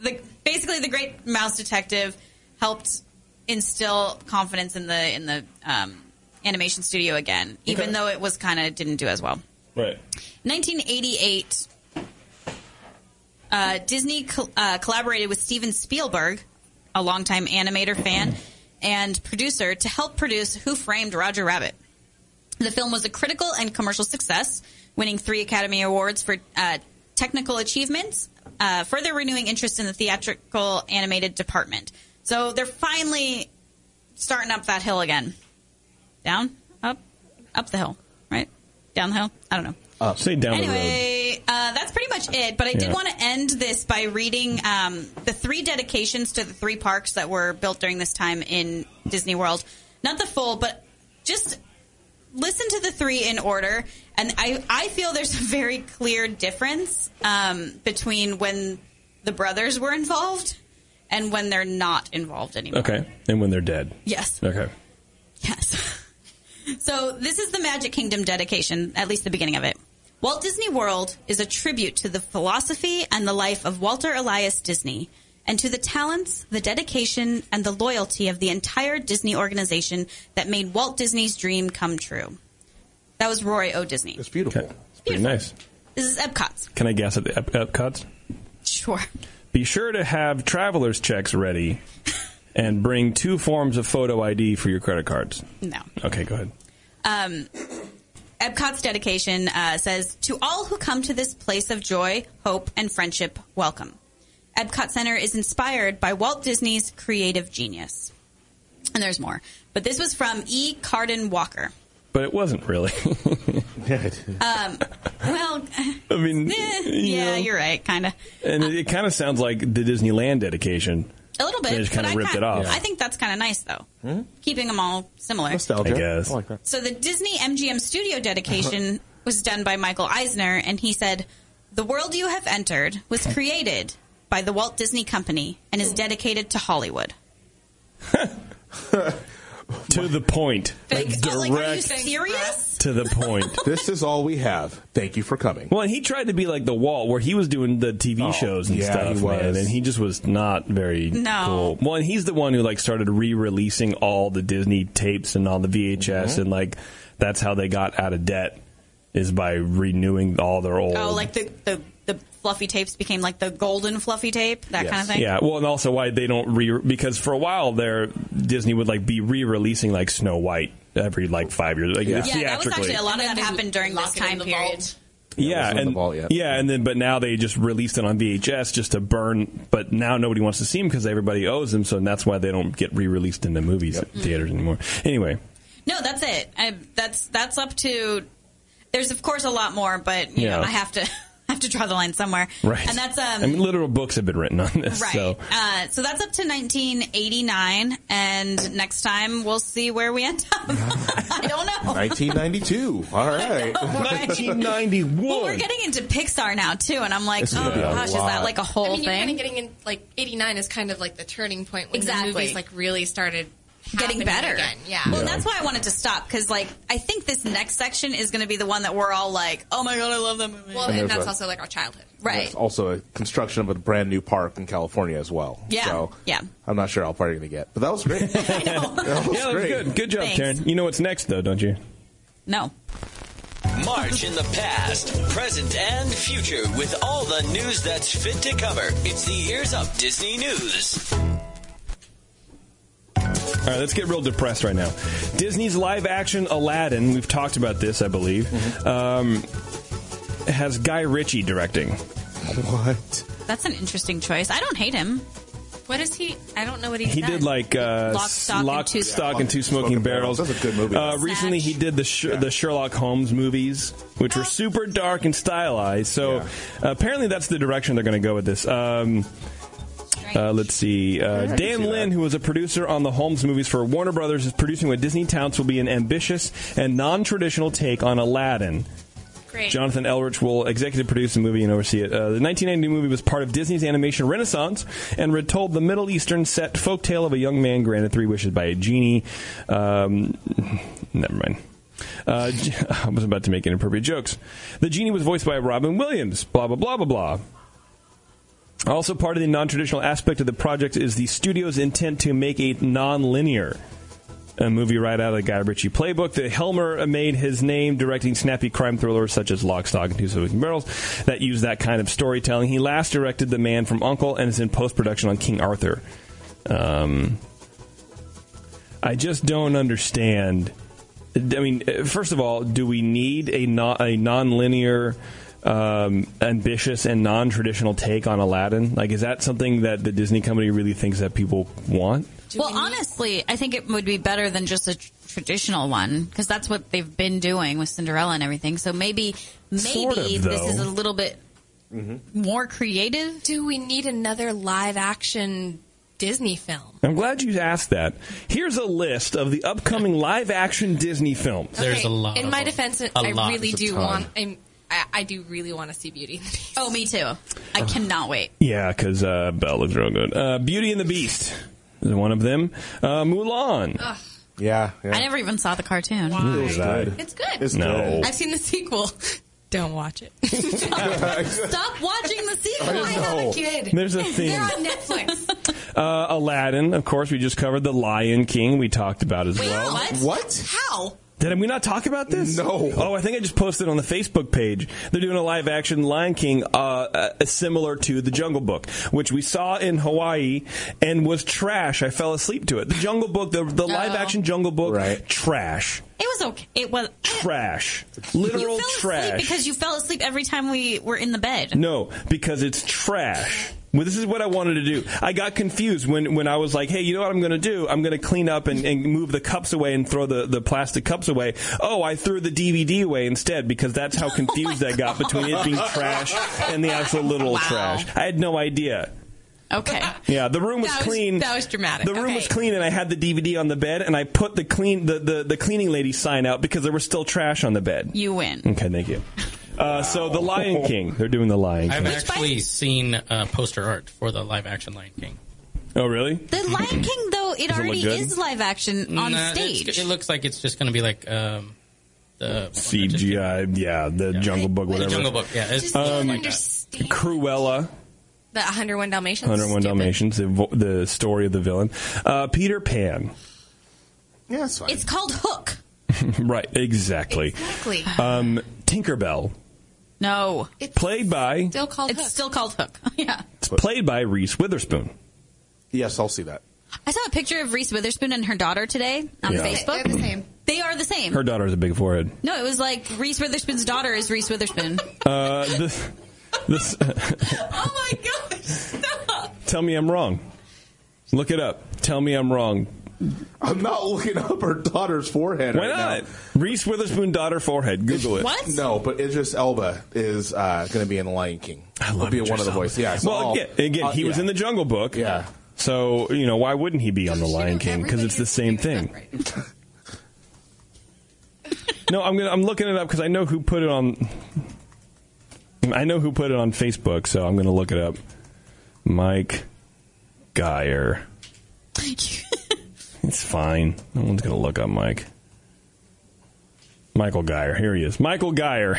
S3: the basically the Great Mouse Detective helped instill confidence in the in the um, animation studio again, even
S2: Okay.
S3: though it was kind of didn't do as well.
S2: Right.
S3: 1988, uh, Disney col- uh, collaborated with Steven Spielberg, a longtime animator fan and producer, to help produce Who Framed Roger Rabbit. The film was a critical and commercial success, winning three Academy Awards for uh, technical achievements, uh, further renewing interest in the theatrical animated department. So they're finally starting up that hill again. Down, up, up the hill, right? Down the hill? I don't know
S2: Say down the road.
S3: anyway, uh, that's pretty much it. But I did
S2: Yeah.
S3: want to end this by reading um, the three dedications to the three parks that were built during this time in Disney World. Not the full, but just listen to the three in order. And I, I feel there's a very clear difference um, between when the brothers were involved and when they're not involved anymore.
S2: Okay, and when they're dead.
S3: Yes.
S2: Okay.
S3: Yes. So this is the Magic Kingdom dedication, at least the beginning of it. Walt Disney World is a tribute to the philosophy and the life of Walter Elias Disney and to the talents, the dedication, and the loyalty of the entire Disney organization that made Walt Disney's dream come true. That was Roy O. Disney.
S4: It's beautiful.
S2: Okay. It's pretty nice.
S3: This is Epcot's.
S2: Can I guess at the Ep- Epcot's?
S3: Sure.
S2: Be sure to have traveler's checks ready, and bring two forms of photo ID for your credit cards.
S3: No.
S2: Okay, go ahead.
S3: Um, Epcot's dedication uh, says, To all who come to this place of joy, hope, and friendship, welcome. Epcot Center is inspired by Walt Disney's creative genius. And there's more. But this was from E. Carden Walker.
S2: But it wasn't really.
S3: Um, Well,
S2: I mean,
S3: eh,
S2: you
S3: yeah,
S2: know.
S3: you're right, kind of.
S2: And it, it kind of sounds like the Disneyland dedication,
S3: A little bit.
S2: They just
S3: but
S2: kinda
S3: I
S2: ripped
S3: kin-
S2: it off. Hmm?
S3: I think that's kind of nice, though. Keeping them all similar.
S4: Nostalgia.
S2: I guess.
S4: I like that.
S3: So the Disney MGM studio dedication
S2: Uh-huh.
S3: was done by Michael Eisner, and he said, The world you have entered was created by the Walt Disney Company and is dedicated to Hollywood.
S2: to the point,
S5: Thanks.
S2: Like,
S5: Oh, like,
S2: direct
S5: are you saying-
S3: Serious?
S2: to the point.
S4: This is all we have. Thank you for coming.
S2: Well, and he tried to be like the wall, where he was doing the TV
S4: Oh,
S2: shows and
S4: yeah,
S2: stuff,
S4: he
S2: man,
S4: was.
S2: and he just was not very
S3: No.
S2: cool. Well, and he's the one who like started re-releasing all the Disney tapes and all the VHS,
S4: Mm-hmm.
S2: and like that's how they got out of debt is by renewing all their old.
S3: Oh, like the, the, the fluffy tapes became like the golden fluffy tape, that
S4: Yes.
S3: kind of thing?
S2: yeah, well, and also why they don't re because for a while there, Disney would like be re-releasing like Snow White every like five years, like
S4: Yeah.
S3: Yeah, that was
S2: theatrically.
S3: actually a lot of that happened during this
S5: Lock it in
S3: time
S5: the
S3: period.
S5: vault.
S4: it
S2: yeah,
S4: wasn't in
S2: and
S4: the vault yet.
S2: yeah, and then but now they just released it on VHS just to burn. But now nobody wants to see them because everybody owes them, so that's why they don't get re-released in the movies theaters anymore. Anyway,
S3: No, that's it. I, that's that's up to. There's of course a lot more, but you know,
S2: Yeah.
S3: I have to I have to draw the line somewhere.
S2: right,
S3: And that's um.
S2: I mean, literal books have been written on this.
S3: Right.
S2: So
S3: Uh, so that's up to 1989, and next time we'll see where we end up. I don't know.
S4: 1992. All
S3: Right?
S4: right.
S2: 1991.
S3: Well, we're getting into Pixar now too, and I'm like,
S4: This is
S3: oh
S4: gonna be a
S3: gosh, is that
S4: lot.
S3: like a
S7: I
S3: whole
S7: mean, you're kind of
S3: thing?
S7: getting in like '89 is kind of like the turning point when
S3: Exactly.
S7: the movies like really started
S3: Getting
S7: happening
S3: better.
S7: Again. Yeah.
S3: Well, that's why I wanted to stop because, like, I think this next section is going to be the one that we're all like, "Oh my god, I love that movie!"
S7: Well,
S4: And
S7: and,
S4: there's
S7: that's
S4: a-
S7: also like our childhood.
S3: right?
S4: There's also a construction of a brand new park in California as well.
S3: Yeah.
S4: So
S3: Yeah.
S4: I'm not sure how far you're going to get, but that was great. That was
S2: yeah, that was
S4: great.
S2: good. Good job,
S3: Thanks.
S2: Taryn. You know what's next though, don't you?
S3: No.
S8: March in the past, present, and future with all the news that's fit to cover. It's the Ears Up Disney News.
S2: All right, let's get real depressed right now. Disney's live action Aladdin, we've talked about this, I believe,
S4: Mm-hmm.
S2: um, has Guy Ritchie directing.
S4: What?
S3: That's an interesting choice. I don't hate him.
S7: What is he? I don't know what he's
S2: He
S7: done.
S2: did like uh,
S3: Lock, Stock, and Two-
S2: Stock and Two Smoking
S4: Smoking
S2: Barrels.
S4: Barrels. That's a good movie.
S2: Uh, recently, he did the Sh- the Sherlock Holmes movies, which were super dark and stylized. So uh, apparently, that's the direction they're going to go with this. Um, uh, let's see. Uh, Dan
S4: see
S2: Lin,
S4: that.
S2: who was a producer on the Holmes movies for Warner Brothers, is producing what Disney touts will be an ambitious and non-traditional take on Aladdin.
S7: Great.
S2: Jonathan Elrich will executive produce the movie and oversee it. Uh, the 1990 movie was part of Disney's animation renaissance and retold the Middle Eastern set folktale of a young man granted three wishes by a genie. Um, never mind. Uh, J- I was about to make inappropriate jokes. The genie was voiced by Robin Williams. Blah blah blah blah blah. Also, part of the non-traditional aspect of the project is the studio's intent to make a non-linear a movie right out of the Guy Ritchie playbook. The Helmer made his name directing snappy crime thrillers such as Lock, Stock, and Two Smoking Barrels that use that kind of storytelling. He last directed The Man from Uncle and is in post production on King Arthur. Um, I just don't understand. I mean, uh, first of all, do we need a non a non-linear, um, ambitious and non-traditional take on Aladdin? Like, is that something that the Disney company really thinks that people want?
S3: Well, honestly, I think it would be better than just a tr- traditional one because that's what they've been doing with Cinderella and everything. So maybe, maybe
S2: Sort of,
S3: this
S2: though. Mm-hmm.
S3: is a little bit more creative.
S7: Do we need another live action Disney film?
S2: I'm glad you asked that. Here's a list of the upcoming live action Disney films.
S6: There's a lot
S7: In
S6: of
S7: my
S6: them.
S7: defense,
S6: A
S7: I
S6: lot.
S7: really
S6: There's a
S7: do
S6: ton.
S7: want. I'm, I, I do really want to see Beauty and the Beast.
S3: Oh, me too. I cannot wait.
S2: Yeah, because uh, Belle looks real good. Uh, Beauty and the Beast is one of them. Uh, Mulan.
S4: Yeah, yeah.
S3: I never even saw the cartoon.
S4: it's good.
S7: It's good.
S4: It's
S2: No.
S7: I've seen the sequel. Don't watch it.
S4: good.
S7: Stop watching the sequel.
S4: I have a know.
S7: kid.
S2: There's a theme.
S7: They're on Netflix.
S2: Uh, Aladdin, of course, we just covered. The Lion King, we talked about as well.
S4: what?
S7: How?
S2: Did we not talk about this?
S4: No.
S2: Oh, I think I just posted on the Facebook page. They're doing a live action Lion King, uh, uh, similar to The Jungle Book, which we saw in Hawaii and was trash. I fell asleep to it. The Jungle Book, the, the live
S3: Oh.
S2: action Jungle Book,
S4: Right.
S2: trash,
S3: It was okay. It was
S2: trash,
S3: You
S2: literal
S3: fell asleep
S2: trash.
S3: because you fell asleep every time we were in the bed.
S2: No, because it's trash. Well, this is what I wanted to do. I got confused when, when I was like, hey, you know what I'm going to do? I'm going to clean up and, and move the cups away and throw the, the plastic cups away. Oh, I threw the DVD away instead because that's
S7: Oh
S2: how confused I got between it being trash and the actual literal
S3: Wow.
S2: trash. I had no idea.
S3: Okay.
S2: Yeah, the room was,
S7: That was-
S2: clean.
S7: that was dramatic.
S2: The room
S7: Okay.
S2: was clean, and I had the DVD on the bed, and I put the clean the, the, the cleaning lady sign out because there was still trash on the bed.
S3: You win.
S2: Okay, thank you. Uh, So the Lion King, they're doing the Lion King.
S6: I've
S3: by
S6: actually
S3: the-
S6: seen uh, poster art for the live action Lion King.
S2: Oh, really?
S3: The Lion King, though, it
S2: look
S3: already
S2: good?
S3: is live action on
S6: Nah, it's-
S3: stage.
S6: It looks like it's just going to be like um, the
S2: CGI, yeah, the Jungle Book,
S6: The
S2: whatever.
S6: Jungle Book, yeah. It's, Um,
S7: Just don't
S6: like that.
S7: understand.
S2: Cruella,
S7: The 101 Dalmatians.
S2: 101
S7: Stupid.
S2: Dalmatians, the, vo- the story of the villain. Uh, Peter Pan,
S4: Yeah, it's fine.
S3: It's called Hook.
S2: right, exactly.
S7: Exactly.
S2: Um, Tinkerbell,
S3: No,
S2: played by
S7: still called
S3: it's
S7: Hook.
S3: still called Hook. yeah.
S2: it's played by Reese Witherspoon.
S4: yes, I'll see that.
S3: I saw a picture of Reese Witherspoon and her daughter today on
S2: Yeah.
S3: Facebook.
S5: They're the same.
S3: They are the same.
S2: Her daughter has a big forehead.
S3: no, it was like Reese Witherspoon's daughter is Reese Witherspoon.
S2: Uh, this, this,
S3: oh my gosh! Stop.
S2: tell me I'm wrong. Look it up. Tell me I'm wrong.
S4: I'm not looking up her daughter's forehead.
S2: Why
S4: right
S2: not?
S4: Now.
S2: Reese Witherspoon daughter forehead. Google it.
S3: What?
S4: No, but Idris Elba is uh, going to be in The Lion King.
S2: I love
S4: He'll be
S2: Idris
S4: one of the
S2: Elba.
S4: voices. Yeah. it's
S2: Well,
S4: all-
S2: again, again
S4: uh,
S2: he was
S4: yeah.
S2: in the Jungle Book.
S4: Yeah.
S2: So you know why wouldn't he be on the
S5: You know,
S2: Lion King? Because it's the same
S5: everybody
S2: thing.
S5: is doing
S2: No, I'm gonna, I'm looking it up because I know who put it on. I know who put it on Facebook, so I'm going to look it up. Mike Geyer. It's fine. No one's going to look up Mike. Michael Geyer. Here he is. Michael Geyer.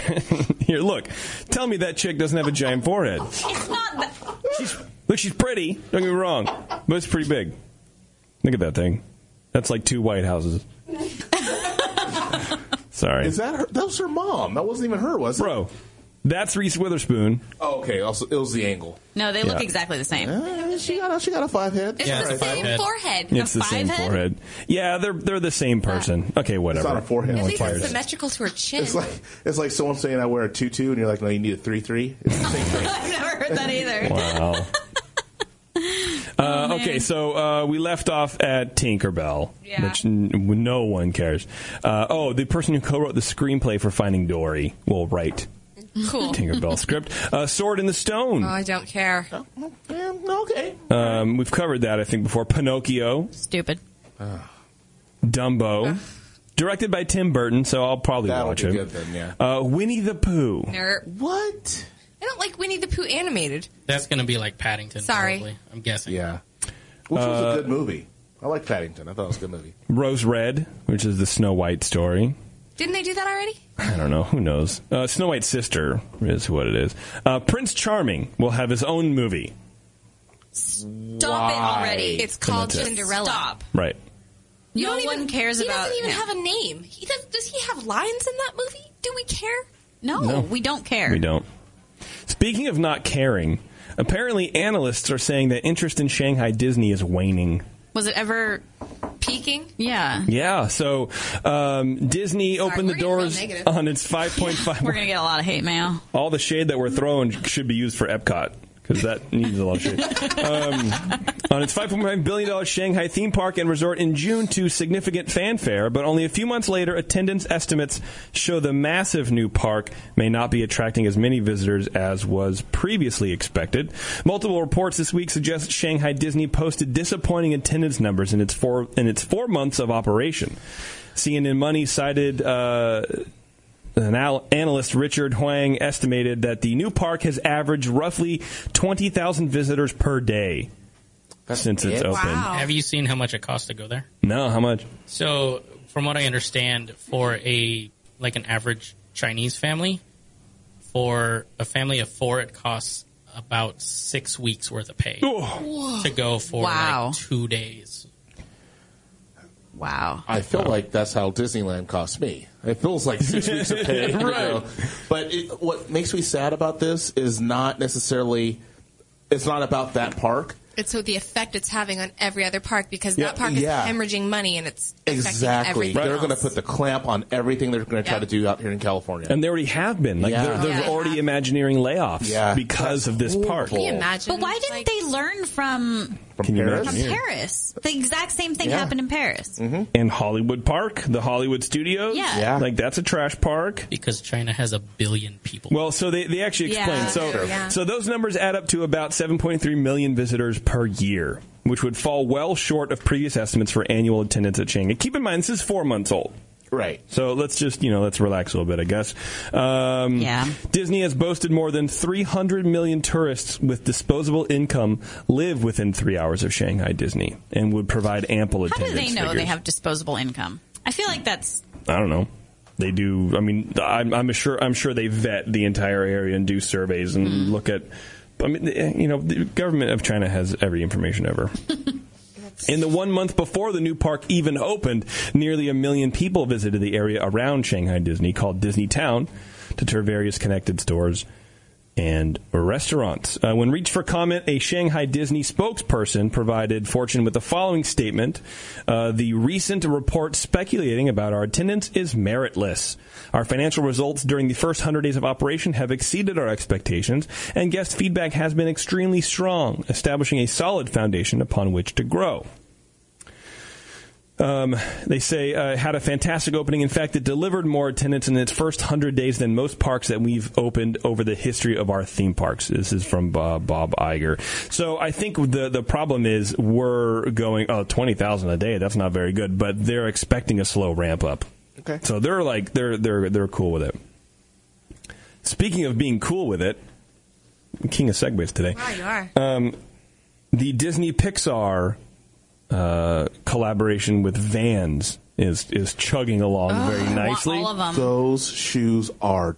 S2: Here, look. Tell me that chick doesn't have a giant forehead.
S3: It's not. That.
S2: Look, she's pretty. Don't get me wrong, but it's pretty big. Look at that thing. That's like two White Houses. Sorry,
S4: Is that her? That was her mom. That wasn't even her, was it?
S2: bro. That's Reese Witherspoon.
S4: Oh, okay. Also, it was the angle.
S3: No, they look
S2: Yeah.
S3: exactly the same.
S4: Eh, she got a, she got a five head.
S7: It's
S6: Yeah,
S7: the
S6: it's a
S7: same
S6: five-head.
S7: forehead.
S2: it's the same
S3: five-head?
S2: forehead. Yeah, they're they're the same person. Okay, whatever.
S4: It's not a forehead.
S2: No
S7: At
S2: one
S7: least it's
S2: cares.
S7: symmetrical to her chin.
S4: It's like it's like someone saying I wear a tutu, and you're like, no, you need a three three. It's the same thing.
S3: I've never heard that either.
S2: Wow. Uh, okay, so uh, we left off at Tinkerbell,
S7: Yeah.
S2: which n- no one cares. Uh, oh, the person who co wrote the screenplay for Finding Dory will write
S7: Cool.
S2: Tinkerbell script. Uh, Sword in the Stone.
S5: Oh,
S7: Oh,
S5: I don't care.
S4: Yeah, "Oh, okay.
S2: Um, we've covered that, I think, before. Pinocchio,
S3: Stupid.
S2: Dumbo, directed by Tim Burton, so I'll probably
S4: That'll
S2: watch
S4: be
S2: it.
S4: good then, yeah.
S2: Uh, Winnie the Pooh.
S5: Nerd.
S4: What?
S5: I don't like Winnie the Pooh animated.
S6: That's going to be like Paddington.
S5: Sorry.
S6: probably, I'm guessing.
S4: Yeah. Which
S2: Uh,
S4: was a good movie. I like Paddington. I thought it was a good movie.
S2: Rose Red, which is the Snow White story.
S5: Didn't they do that already?
S2: I don't know. Who knows? Uh, Snow White's sister is what it is. Uh, Prince Charming will have his own movie.
S3: Stop it already.
S5: It's called Cinderella.
S3: Stop.
S2: Right.
S5: You
S3: No one cares
S5: he
S3: about
S5: doesn't even
S3: him.
S5: have a name. He does. Does he have lines in that movie? Do we care?
S3: No,
S2: No.
S3: we don't care.
S2: We don't. Speaking of not caring, apparently analysts are saying that interest in Shanghai Disney is waning.
S3: Was it ever?
S5: Peeking.
S3: Yeah.
S2: Yeah, so um, Disney opened the
S5: we're getting real
S2: doors
S5: negative.
S2: on its 5.5.
S3: We're gonna get a lot of hate mail.
S2: all the shade that we're throwing should be used for Epcot because that needs a lot of shade. Um, on its $5.9 billion Shanghai theme park and resort in June to significant fanfare, but only a few months later, attendance estimates show the massive new park may not be attracting as many visitors as was previously expected. Multiple reports this week suggest Shanghai Disney posted disappointing attendance numbers in its four in its four months of operation. CNN Money cited. Uh, an al- analyst, Richard Huang, estimated that the new park has averaged roughly 20,000 visitors per day since it's
S4: it?
S2: opened.
S6: Have you seen how much it costs to go there?
S2: No, how much?
S6: So, from what I understand, for a like an average Chinese family, for a family of four, it costs about six weeks worth of pay to go for
S3: Wow.
S6: like two days.
S3: Wow.
S4: I feel like that's how Disneyland cost me. It feels like six weeks of pay. you know. But it, what makes me sad about this is not necessarily, it's not about that park.
S5: It's so the effect it's having on every other park because
S4: Yeah,
S5: that park
S4: yeah.
S5: is hemorrhaging money and it's affecting
S4: Exactly.
S5: Everything
S4: They're going to
S5: else.
S4: put the clamp on everything they're going to try to
S5: Yeah.
S4: do out here in California.
S2: And they already have been. Like,
S4: Yeah.
S2: they're, they're
S5: Yeah, they
S2: already
S5: have.
S2: imagineering layoffs
S4: Yeah.
S2: because
S4: That's
S2: of this park.
S4: horrible.
S5: Can you imagine?
S3: But why didn't
S5: like,
S3: they learn from
S4: From
S2: Can you
S4: Paris?
S2: imagine? Yeah. Mm-hmm.
S3: Paris? The exact same thing
S4: Yeah.
S3: happened in Paris.
S2: And Hollywood Park, the Hollywood Studios.
S3: Yeah.
S4: Yeah.
S2: Like, that's a trash park.
S6: Because China has a billion people.
S2: Well, so they, they actually
S3: Yeah.
S2: explained. So,
S4: Sure.
S5: Yeah.
S2: so those numbers add up to about 7.3 million visitors per year, which would fall well short of previous estimates for annual attendance at Shanghai. Keep in mind, this is four months old.
S4: Right.
S2: So let's just, you know, let's relax a little bit, I guess. Um,
S3: Yeah.
S2: Disney has boasted more than 300 million tourists with disposable income live within three hours of Shanghai Disney and would provide ample
S3: How do
S2: attendance.
S3: they know they
S2: figures.
S3: have disposable income? I feel like that's
S2: I don't know. They do. I mean, I'm, I'm sure. I'm sure they vet the entire area and do surveys and look at. I mean, eh, you know, the government of China has every information ever. In the one month before the new park even opened, nearly a million people visited the area around Shanghai Disney, called Disney Town, to tour various connected stores and restaurants. Uh, when reached for comment, a Shanghai Disney spokesperson provided Fortune with the following statement uh, The recent report speculating about our attendance is meritless. Our financial results during the first 100 days of operation have exceeded our expectations, and guest feedback has been extremely strong, establishing a solid foundation upon which to grow. They say uh, it had a fantastic opening. In fact, it delivered more attendance in its first 100 days than most parks that we've opened over the history of our theme parks. This is from uh, Bob Iger. So I think the, the problem is we're going, oh, 20,000 a day. That's not very good, but they're expecting a slow ramp up.
S4: Okay.
S2: So they're like, they're, they're, they're cool with it. Speaking of being cool with it, king of segways today
S5: Wow, you are.
S2: Um, the Disney Pixar uh, collaboration with Vans is is chugging along very
S3: Ah, I want
S2: nicely.
S3: all of them.
S4: Those shoes are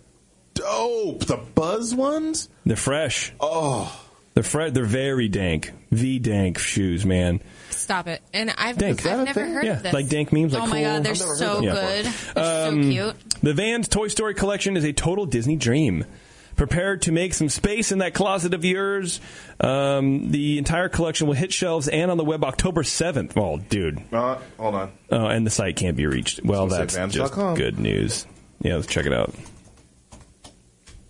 S4: dope. The Buzz ones?
S2: They're fresh.
S4: Oh.
S2: They're fre- They're very dank. V dank shoes, man.
S5: Stop it. And I've,
S2: Dank.
S5: I've never
S4: thing?
S5: heard
S2: Yeah,
S5: of this.
S2: like dank Um, memes. Like
S3: oh my
S2: cool.
S3: god, they're
S4: never heard
S3: so
S4: of that
S3: good. They're so cute.
S2: The Vans Toy Story collection is a total Disney dream. Prepared to make some space in that closet of yours. Um, the entire collection will hit shelves and on the web October 7th. Oh, dude.
S4: Uh, hold on.
S2: Oh, and the site can't be reached. Well,
S4: It's
S2: that's just
S4: advance.com.
S2: good news. Yeah, let's check it out.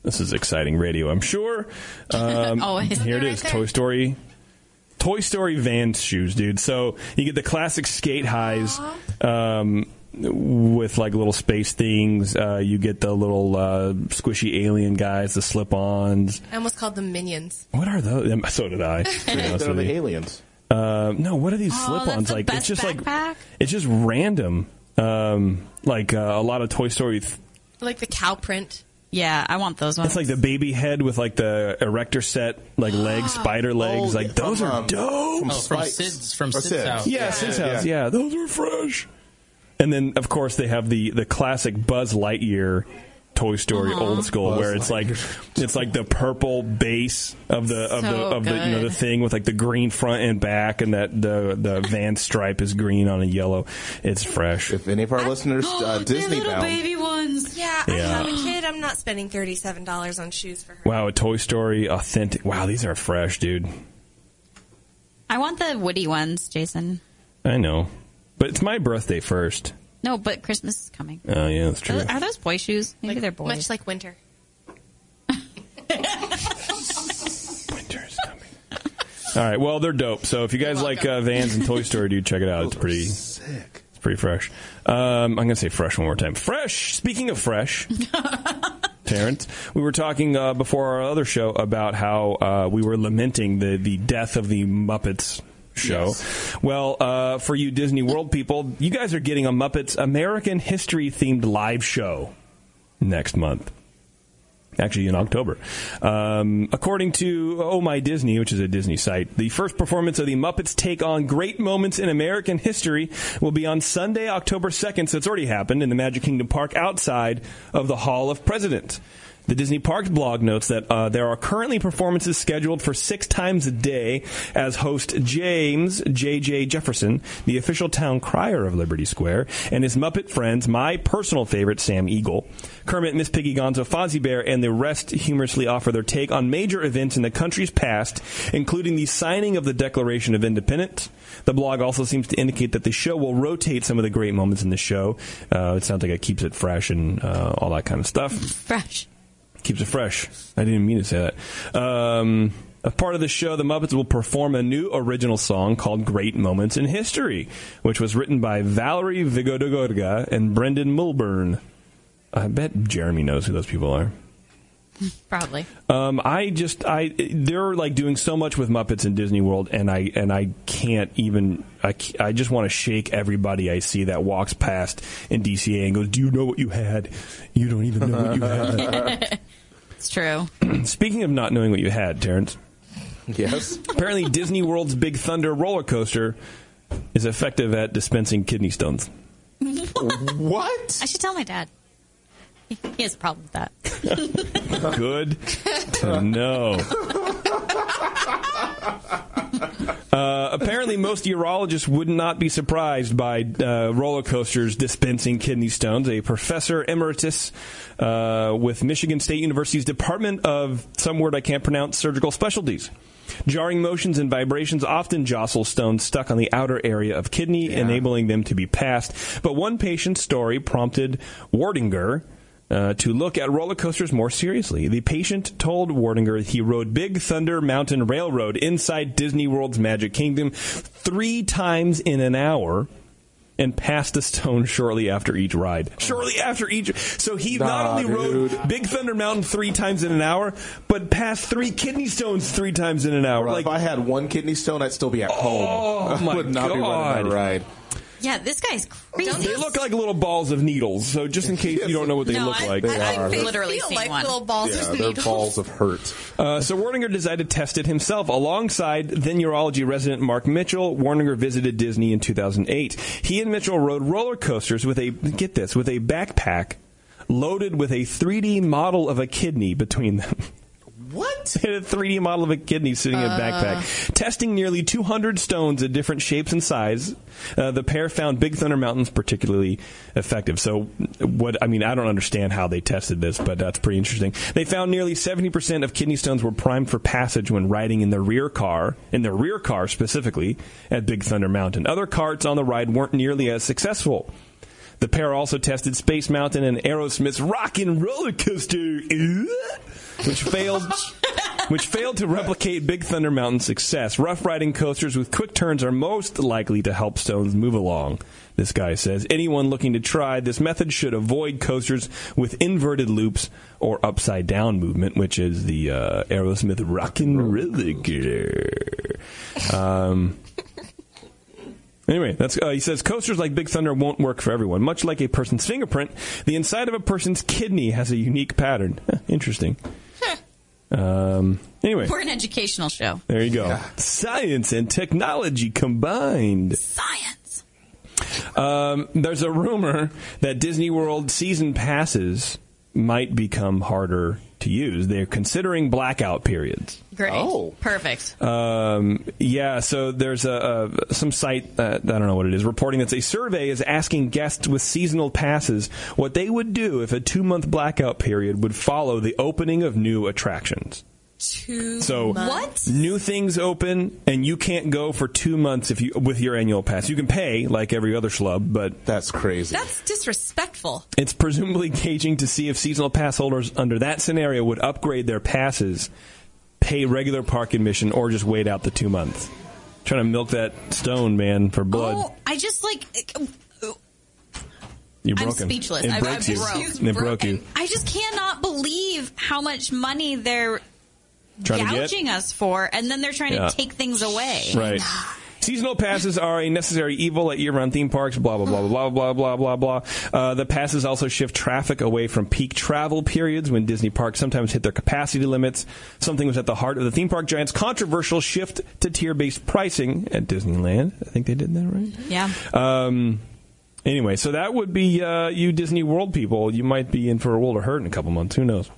S2: This is exciting radio, I'm sure. Um,
S3: Always.
S2: here it
S5: Right
S2: is
S5: there.
S2: Toy Story Toy Story Vans shoes, dude. So you get the classic skate highs. Um, with like little space things, uh, you get the little uh, squishy alien guys, the slip-ons.
S7: I almost called them minions.
S2: What are those? Um, So did I. to be honest
S4: They're
S2: with
S4: the
S2: you.
S4: aliens.
S2: Uh, no, what are these
S3: Oh,
S2: slip-ons
S3: that's the
S2: like? it's
S3: best
S2: just
S3: backpack.
S2: like it's just random. Um, like uh, a lot of Toy Story th-
S7: Like the cow print.
S3: Yeah, I want those ones.
S2: It's like the baby head with like the erector set, like legs, spider legs.
S4: Oh,
S2: like
S4: yeah,
S2: those
S4: from,
S2: are
S4: um,
S2: dope.
S6: Oh, from
S4: Spikes.
S6: Sid's, from
S4: Or
S6: Sid's,
S4: Sid's.
S6: house.
S2: yeah, Sid's house. Yeah. those are fresh. And then of course they have the the classic Buzz Lightyear Toy Story old school
S4: Buzz
S2: where it's like it's like the purple base of the of the
S5: So
S2: of the you know the
S5: good.
S2: thing with like the green front and back and that the the van stripe is green on a yellow. It's fresh.
S4: If any of our listeners uh, Disney bound,
S3: ones.
S7: Yeah, I
S2: Yeah.
S7: have a kid. I'm not spending thirty-seven dollars on shoes for her.
S2: Wow, a Toy Story authentic. Wow, these are fresh, dude.
S3: I want the Woody ones, Jason.
S2: I know. But it's my birthday first.
S3: No, but Christmas is coming.
S2: Oh, yeah, that's
S3: Are
S2: true.
S3: those- Are those boy shoes? Maybe they're boys.
S7: Much like winter.
S2: Winter is coming. All right. Well, they're dope. So if you guys like uh, Vans and Toy Story, dude, check it out. It's pretty, it's
S4: sick.
S2: pretty fresh. Um, I'm gonna say fresh one more time. Fresh. Speaking of fresh, Terrence, we were talking uh, before our other show about how uh, we were lamenting the the death of the Muppets show. Well, uh, for you Disney World people, you guys are getting a Muppets American history themed live show next month actually in October. Um, according to Oh My Disney, which is a Disney site, the first performance of the Muppets Take on Great Moments in American History will be on Sunday, October 2nd, so it's already happened, in the Magic Kingdom Park outside of the Hall of Presidents. The Disney Parks blog notes that uh, there are currently performances scheduled for six times a day as host James J.J. Jefferson, the official town crier of Liberty Square, and his Muppet friends, my personal favorite, Sam Eagle. Kermit, Miss Piggy, Gonzo, Fozzie Bear, and the rest humorously offer their take on major events in the country's past, including the signing of the Declaration of Independence. The blog also seems to indicate that the show will rotate some of the great moments in the show. Uh, it sounds like it keeps it fresh and uh, all that kind of stuff
S3: fresh.
S2: keeps it fresh. I didn't mean to say that. Um, a part of the show, the Muppets will perform a new original song called "Great Moments in History," which was written by Valerie Vigodogorga and Brendan Mulburn. I bet Jeremy knows who those people are.
S5: Probably.
S2: Um, I just I they're like doing so much with Muppets in Disney World, and I and I can't even I, c- I just want to shake everybody I see that walks past in DCA and goes, "Do you know what you had? You don't even know what you had."
S3: It's true.
S2: Speaking of not knowing what you had, Terrence.
S4: yes,
S2: Apparently, Disney World's Big Thunder roller coaster is effective at dispensing kidney stones.
S4: what?
S3: I should tell my dad. He he has a problem with that.
S2: Good to know. Uh, apparently, most urologists would not be surprised by uh, roller coasters dispensing kidney stones. A professor emeritus uh, with Michigan State University's Department of some word I can't pronounce surgical specialties. Jarring motions and vibrations often jostle stones stuck on the outer area of kidney, enabling them to be passed. But one patient's story prompted Wardinger. Uh, to look at roller coasters more seriously. The patient told Wardinger he rode Big Thunder Mountain Railroad inside Disney World's Magic Kingdom three times in an hour and passed a stone shortly after each ride. Shortly after each. So he not
S4: Nah,
S2: only
S4: dude.
S2: rode Big Thunder Mountain three times in an hour, but passed three kidney stones three times in an hour.
S4: Bro, if I
S2: like,
S4: had one kidney stone, I'd still be at home.
S2: Oh,
S4: I
S2: my
S4: would not be running
S2: God.
S4: that ride.
S3: Yeah, this guy's crazy.
S2: they look like little balls of needles. So just in case you don't know what they
S3: No,
S2: look
S3: I-
S2: like.
S4: They
S3: I've
S4: are.
S3: literally
S7: feel
S3: seen
S7: like
S3: one.
S7: little balls
S4: Yeah,
S7: of
S4: they're
S7: needles.
S4: balls of hurt.
S2: Uh, so Wardinger decided to test it himself. Alongside then urology resident Mark Mitchell, Wardinger visited Disney in 2008. He and Mitchell rode roller coasters with a get this with a backpack loaded with a 3D model of a kidney between them. What? a 3D model of a kidney sitting in a backpack. Testing nearly 200 stones of different shapes and size, uh, the pair found Big Thunder Mountains particularly effective. So, what I mean, I don't understand how they tested this, but that's pretty interesting. They found nearly 70% of kidney stones were primed for passage when riding in the rear car, in the rear car specifically, at Big Thunder Mountain. Other carts on the ride weren't nearly as successful. The pair also tested Space Mountain and Aerosmith's Rockin' Roller Coaster, uh, which eh? failed which failed to replicate Big Thunder Mountain's success. Rough riding coasters with quick turns are most likely to help stones move along. This guy says anyone looking to try this method should avoid coasters with inverted loops or upside down movement, which is the uh, Aerosmith Rockin' Rhythmic. Anyway, that's uh, he says coasters like Big Thunder won't work for everyone. Much like a person's fingerprint, the inside of a person's kidney has a unique pattern. Huh, Interesting. um, anyway,
S3: We're an educational show.
S2: there you go. Science and technology combined.
S3: Science.
S2: Um, there's a rumor that Disney World season passes might become harder to use. They're considering blackout periods.
S3: Great.
S4: Oh.
S3: Perfect.
S2: Um, yeah, so there's a, a some site uh, I don't know what it is reporting that a survey is asking guests with seasonal passes what they would do if a two month blackout period would follow the opening of new attractions.
S5: Two
S2: So
S3: months? What?
S2: new things open and you can't go for two months if you with your annual pass. You can pay like every other schlub, but
S4: That's crazy.
S3: That's disrespectful.
S2: it's presumably gauging to see if seasonal pass holders under that scenario would upgrade their passes, pay regular park admission, or just wait out the two months. Trying to milk that stone, man, for blood.
S3: Oh, I just like.
S2: you
S3: I'm
S2: broke him.
S3: speechless.
S2: It
S3: I'm-
S2: broke
S3: I'm
S2: you.
S3: broke.
S2: It broke you.
S3: I just cannot believe how much money they're
S2: Trying to get.
S3: gouging us for, and then they're trying
S2: Yeah.
S3: to take things away.
S2: Right. Seasonal passes are a necessary evil at year-round theme parks. Blah blah blah blah blah blah blah blah. Uh, the passes also shift traffic away from peak travel periods when Disney parks sometimes hit their capacity limits. Something was at the heart of the theme park giants' controversial shift to tier-based pricing at Disneyland. I think they did that right.
S3: Yeah.
S2: Um, anyway, so that would be uh, you Disney World people. You might be in for a world of hurt in a couple months. Who knows?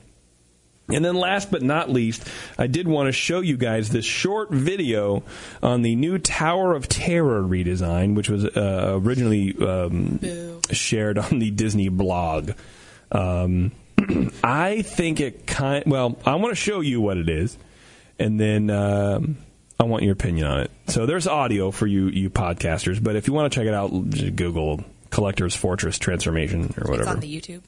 S2: And then last but not least, I did want to show you guys this short video on the new Tower of Terror redesign, which was uh, originally um, shared on the Disney blog. Um, I think it kind. Well, I want to show you what it is, and then um, I want your opinion on it. So there's audio for you, you podcasters. But if you want to check it out, just Google Collector's Fortress transformation or
S5: It's
S2: whatever.
S5: on the YouTube.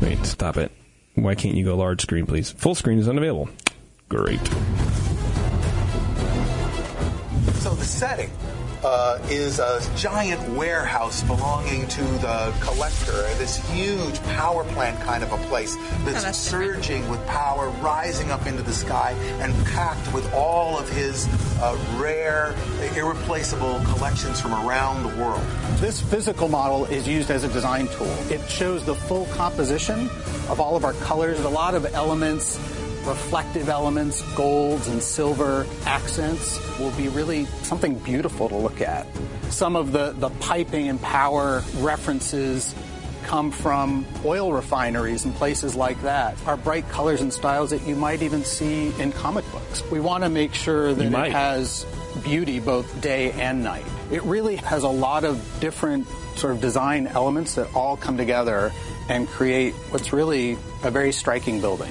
S2: Wait, stop it. Why can't you go large screen, please? Full screen is unavailable. Great.
S9: So the setting uh, is a giant warehouse belonging to the collector, this huge power plant kind of a place that's,
S5: Oh, that's
S9: surging with power, rising up into the sky, and packed with all of his uh, rare, irreplaceable collections from around the world.
S10: This physical model is used as a design tool. It shows the full composition of all of our colors, a lot of elements, reflective elements, golds and silver accents will be really something beautiful to look at. Some of the, the piping and power references come from oil refineries and places like that are bright colors and styles that you might even see in comic books. We want to make sure that
S2: might.
S10: it has beauty both day and night. It really has a lot of different sort of design elements that all come together and create what's really a very striking building.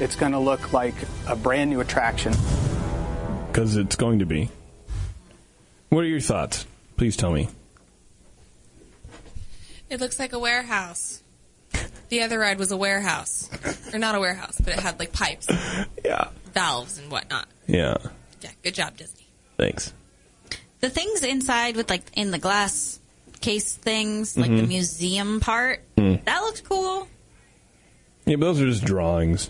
S10: It's going to look like a brand new attraction.
S2: Because it's going to be. What are your thoughts? Please tell me.
S5: It looks like a warehouse. The other ride was a warehouse, or not a warehouse, but it had like pipes,
S2: Yeah.
S5: valves, and whatnot.
S2: Yeah.
S5: Yeah, good job, Disney.
S2: Thanks.
S3: The things inside with like in the glass case things, like
S2: Mm-hmm.
S3: the museum part,
S2: Mm.
S3: that looks cool.
S2: Yeah, but those are just drawings,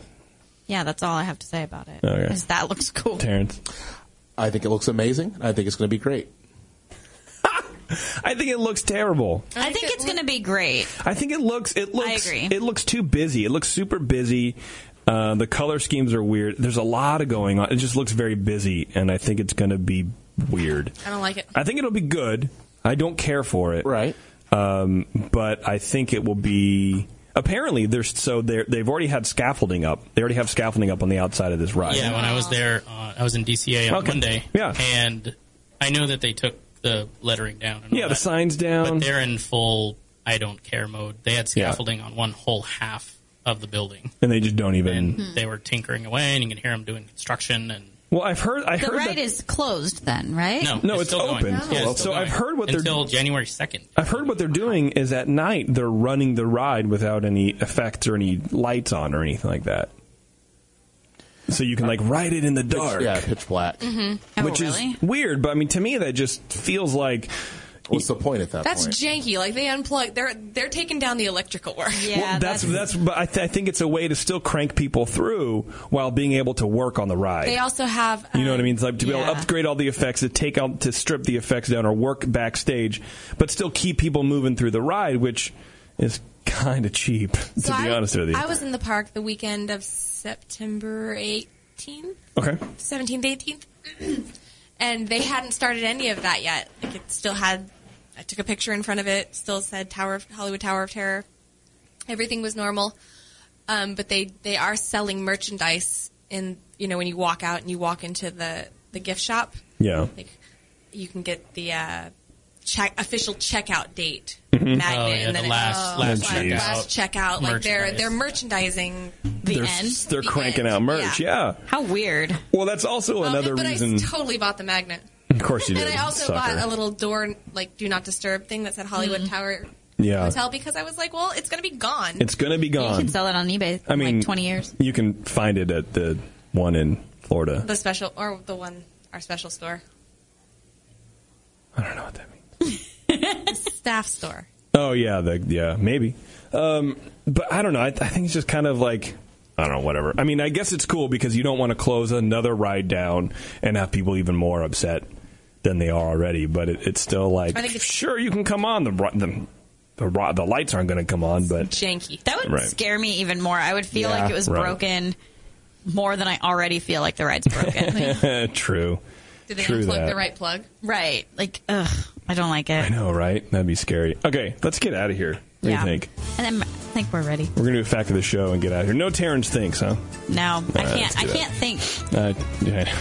S3: Yeah, that's all I have to say about it.
S2: Okay.
S3: Is that looks cool.
S2: Terrence.
S4: I think it looks amazing. I think it's going to be great.
S2: I think it looks terrible.
S3: I think it's going to be great.
S2: I think it looks it looks
S3: agree.
S2: it looks too busy. It looks super busy. Uh, the color schemes are weird. There's a lot of going on. It just looks very busy, and I think it's going to be weird.
S5: I don't like it.
S2: I think it'll be good. I don't care for it.
S4: Right.
S2: Um, but I think it will be. Apparently, there's so they're, they've already had scaffolding up. They already have scaffolding up on the outside of this ride.
S6: Yeah, when I was there, uh, I was in DCA on
S2: Okay.
S6: Monday.
S2: Yeah.
S6: and I know that they took the lettering down. And all
S2: Yeah, the
S6: that,
S2: signs down.
S6: But they're in full I don't care mode. They had scaffolding on one whole half of the building,
S2: and they just don't even.
S5: Hmm.
S6: and they were tinkering away, and you can hear them doing construction and
S2: Well, I've heard. I
S3: the
S2: heard
S3: ride
S2: that,
S3: is closed then, right?
S6: No,
S2: No, it's
S6: still going.
S2: open.
S6: Yeah, it's
S2: So
S6: still
S2: I've
S6: going
S2: heard what they're-
S6: until January second.
S2: I've heard what they're doing is at night they're running the ride without any effects or any lights on or anything like that. So you can like ride it in the dark.
S4: yeah, pitch black.
S5: Mm-hmm.
S3: Oh,
S2: which is weird. But I mean, to me, that just feels like
S4: what's the point at that
S5: That's janky. Like they unplug. They're they're taking down the electrical work. Yeah,
S2: well, that's that's. But I, th- I think it's a way to still crank people through while being able to work on the ride.
S5: They also have. um,
S2: you know what I mean? It's like to be able to
S5: yeah.
S2: upgrade all the effects, to take out, to strip the effects down, or work backstage, but still keep people moving through the ride, which is kind of cheap, to
S5: so
S2: be
S5: I,
S2: honest with you.
S5: I was in the park the weekend of September 18th,
S2: okay.
S5: 17th, 18th, and they hadn't started any of that yet. Like it still had. I took a picture in front of it. Still said Tower of Hollywood Tower of Terror. Everything was normal, um, but they they are selling merchandise. In you know when you walk out and you walk into the the gift shop,
S2: Yeah.
S5: like you can get the uh, check official checkout date
S2: Mhm.
S5: magnet,
S6: Oh, yeah,
S5: and then
S6: the
S5: it-
S6: last- last
S5: last
S2: checkout.
S5: last checkout. Like they're
S6: Merchandise.
S5: they're merchandising the
S2: they're,
S5: end.
S2: They're
S5: the
S2: cranking
S5: end.
S2: out merch. Yeah.
S3: How weird.
S2: Well, that's also
S5: Um,
S2: another
S5: but
S2: reason.
S5: I totally bought the magnet,
S2: of course you
S5: and
S2: did.
S5: I also
S2: sucker.
S5: bought a little door like do not disturb thing that said Hollywood
S6: Mm-hmm.
S5: Tower
S2: Yeah.
S5: Hotel because I was like, well, it's gonna be gone.
S2: It's gonna be gone.
S3: You can sell it on eBay.
S2: Uh, I mean,
S3: in like twenty years.
S2: You can find it at the one in Florida.
S5: the special or the one our special store.
S2: I don't know what that means.
S5: Staff store.
S2: Oh yeah, the yeah maybe. Um, but I don't know. I, I think it's just kind of like I don't know, whatever. I mean, I guess it's cool because you don't want to close another ride down and have people even more upset than they are already. But it, it's still like
S5: I think it's-
S2: sure you can come on the ri- the the, ri- the lights aren't going to come on, but
S5: Janky.
S3: That would
S2: Right.
S3: scare me even more. I would feel
S2: Yeah,
S3: like it was
S2: right.
S3: broken more than I already feel like the ride's broken.
S2: true.
S5: Did they
S2: True
S5: unplug
S2: that.
S5: the right plug?
S3: right. Like, ugh, I don't like it.
S2: I know, right? That'd be scary. Okay, let's get out of here. What
S3: yeah.
S2: do you think?
S3: And then I think we're ready.
S2: We're gonna do a fact of the show and get out of here. No Terrence thinks, huh?
S3: No, I
S2: right, let's
S3: can't.
S2: do
S3: I
S2: that.
S3: can't think.
S2: Uh, yeah,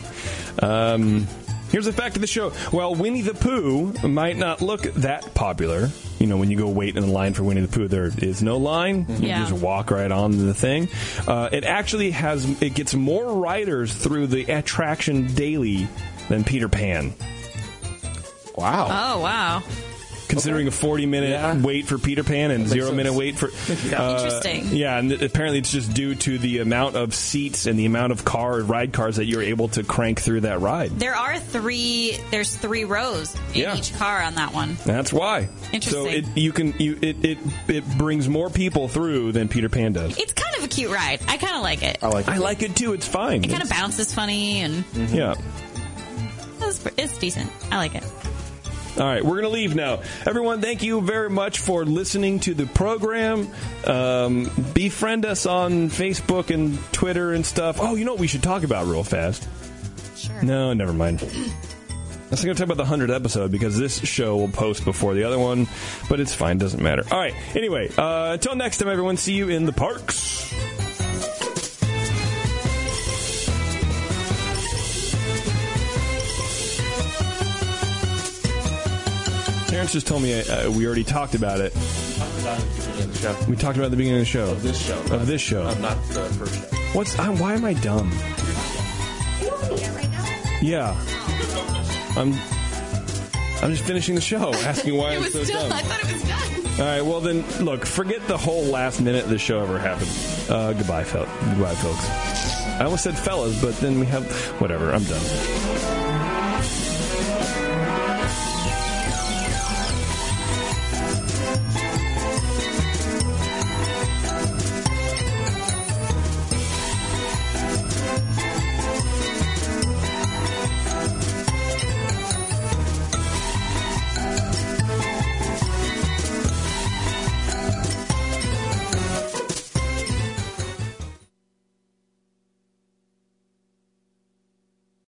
S2: I know. Um, here's a fact of the show. Well, Winnie the Pooh might not look that popular. You know, when you go wait in the line for Winnie the Pooh, there is no line. You
S3: Yeah.
S2: just walk right on to the thing. Uh, it actually has it gets more riders through the attraction daily than Peter Pan. Wow
S3: Oh wow,
S2: considering a 40 minute wait for Peter Pan and zero minute wait for. uh,
S3: Interesting.
S2: Yeah, and apparently it's just due to the amount of seats and the amount of car ride cars that you're able to crank through that ride.
S3: there are three. There's three rows in
S2: Yeah.
S3: each car on that one.
S2: That's why.
S3: Interesting.
S2: So it you can you it it, it brings more people through than Peter Pan does.
S3: It's kind of a cute ride. I kind of like it.
S4: I like.
S2: I like it too. It's fine.
S3: It kind of bounces funny and
S2: yeah.
S3: it's, it's decent. I like it.
S2: All right, we're going to leave now. Everyone, thank you very much for listening to the program. Um, befriend us on Facebook and Twitter and stuff. Oh, you know what we should talk about real fast? Sure. No, never mind. I was going to talk about the 100th episode because this show will post before the other one, but it's fine, doesn't matter. All right, anyway, uh, until next time, everyone, see you in the parks. Terrence just told me uh, we already talked about it. We talked about it at the beginning of the show. Of
S4: this show.
S2: Of this show.
S4: I'm not the first. show.
S2: What's I, why am I dumb? Yeah, I'm. I'm just finishing the show, asking why
S5: it
S2: I'm
S5: was
S2: so
S5: still.
S2: dumb.
S5: I thought it was done.
S2: All right, well then, look, forget the whole last minute the show ever happened. Uh, goodbye, fel- goodbye, folks. I almost said fellas, but then we have whatever. I'm done.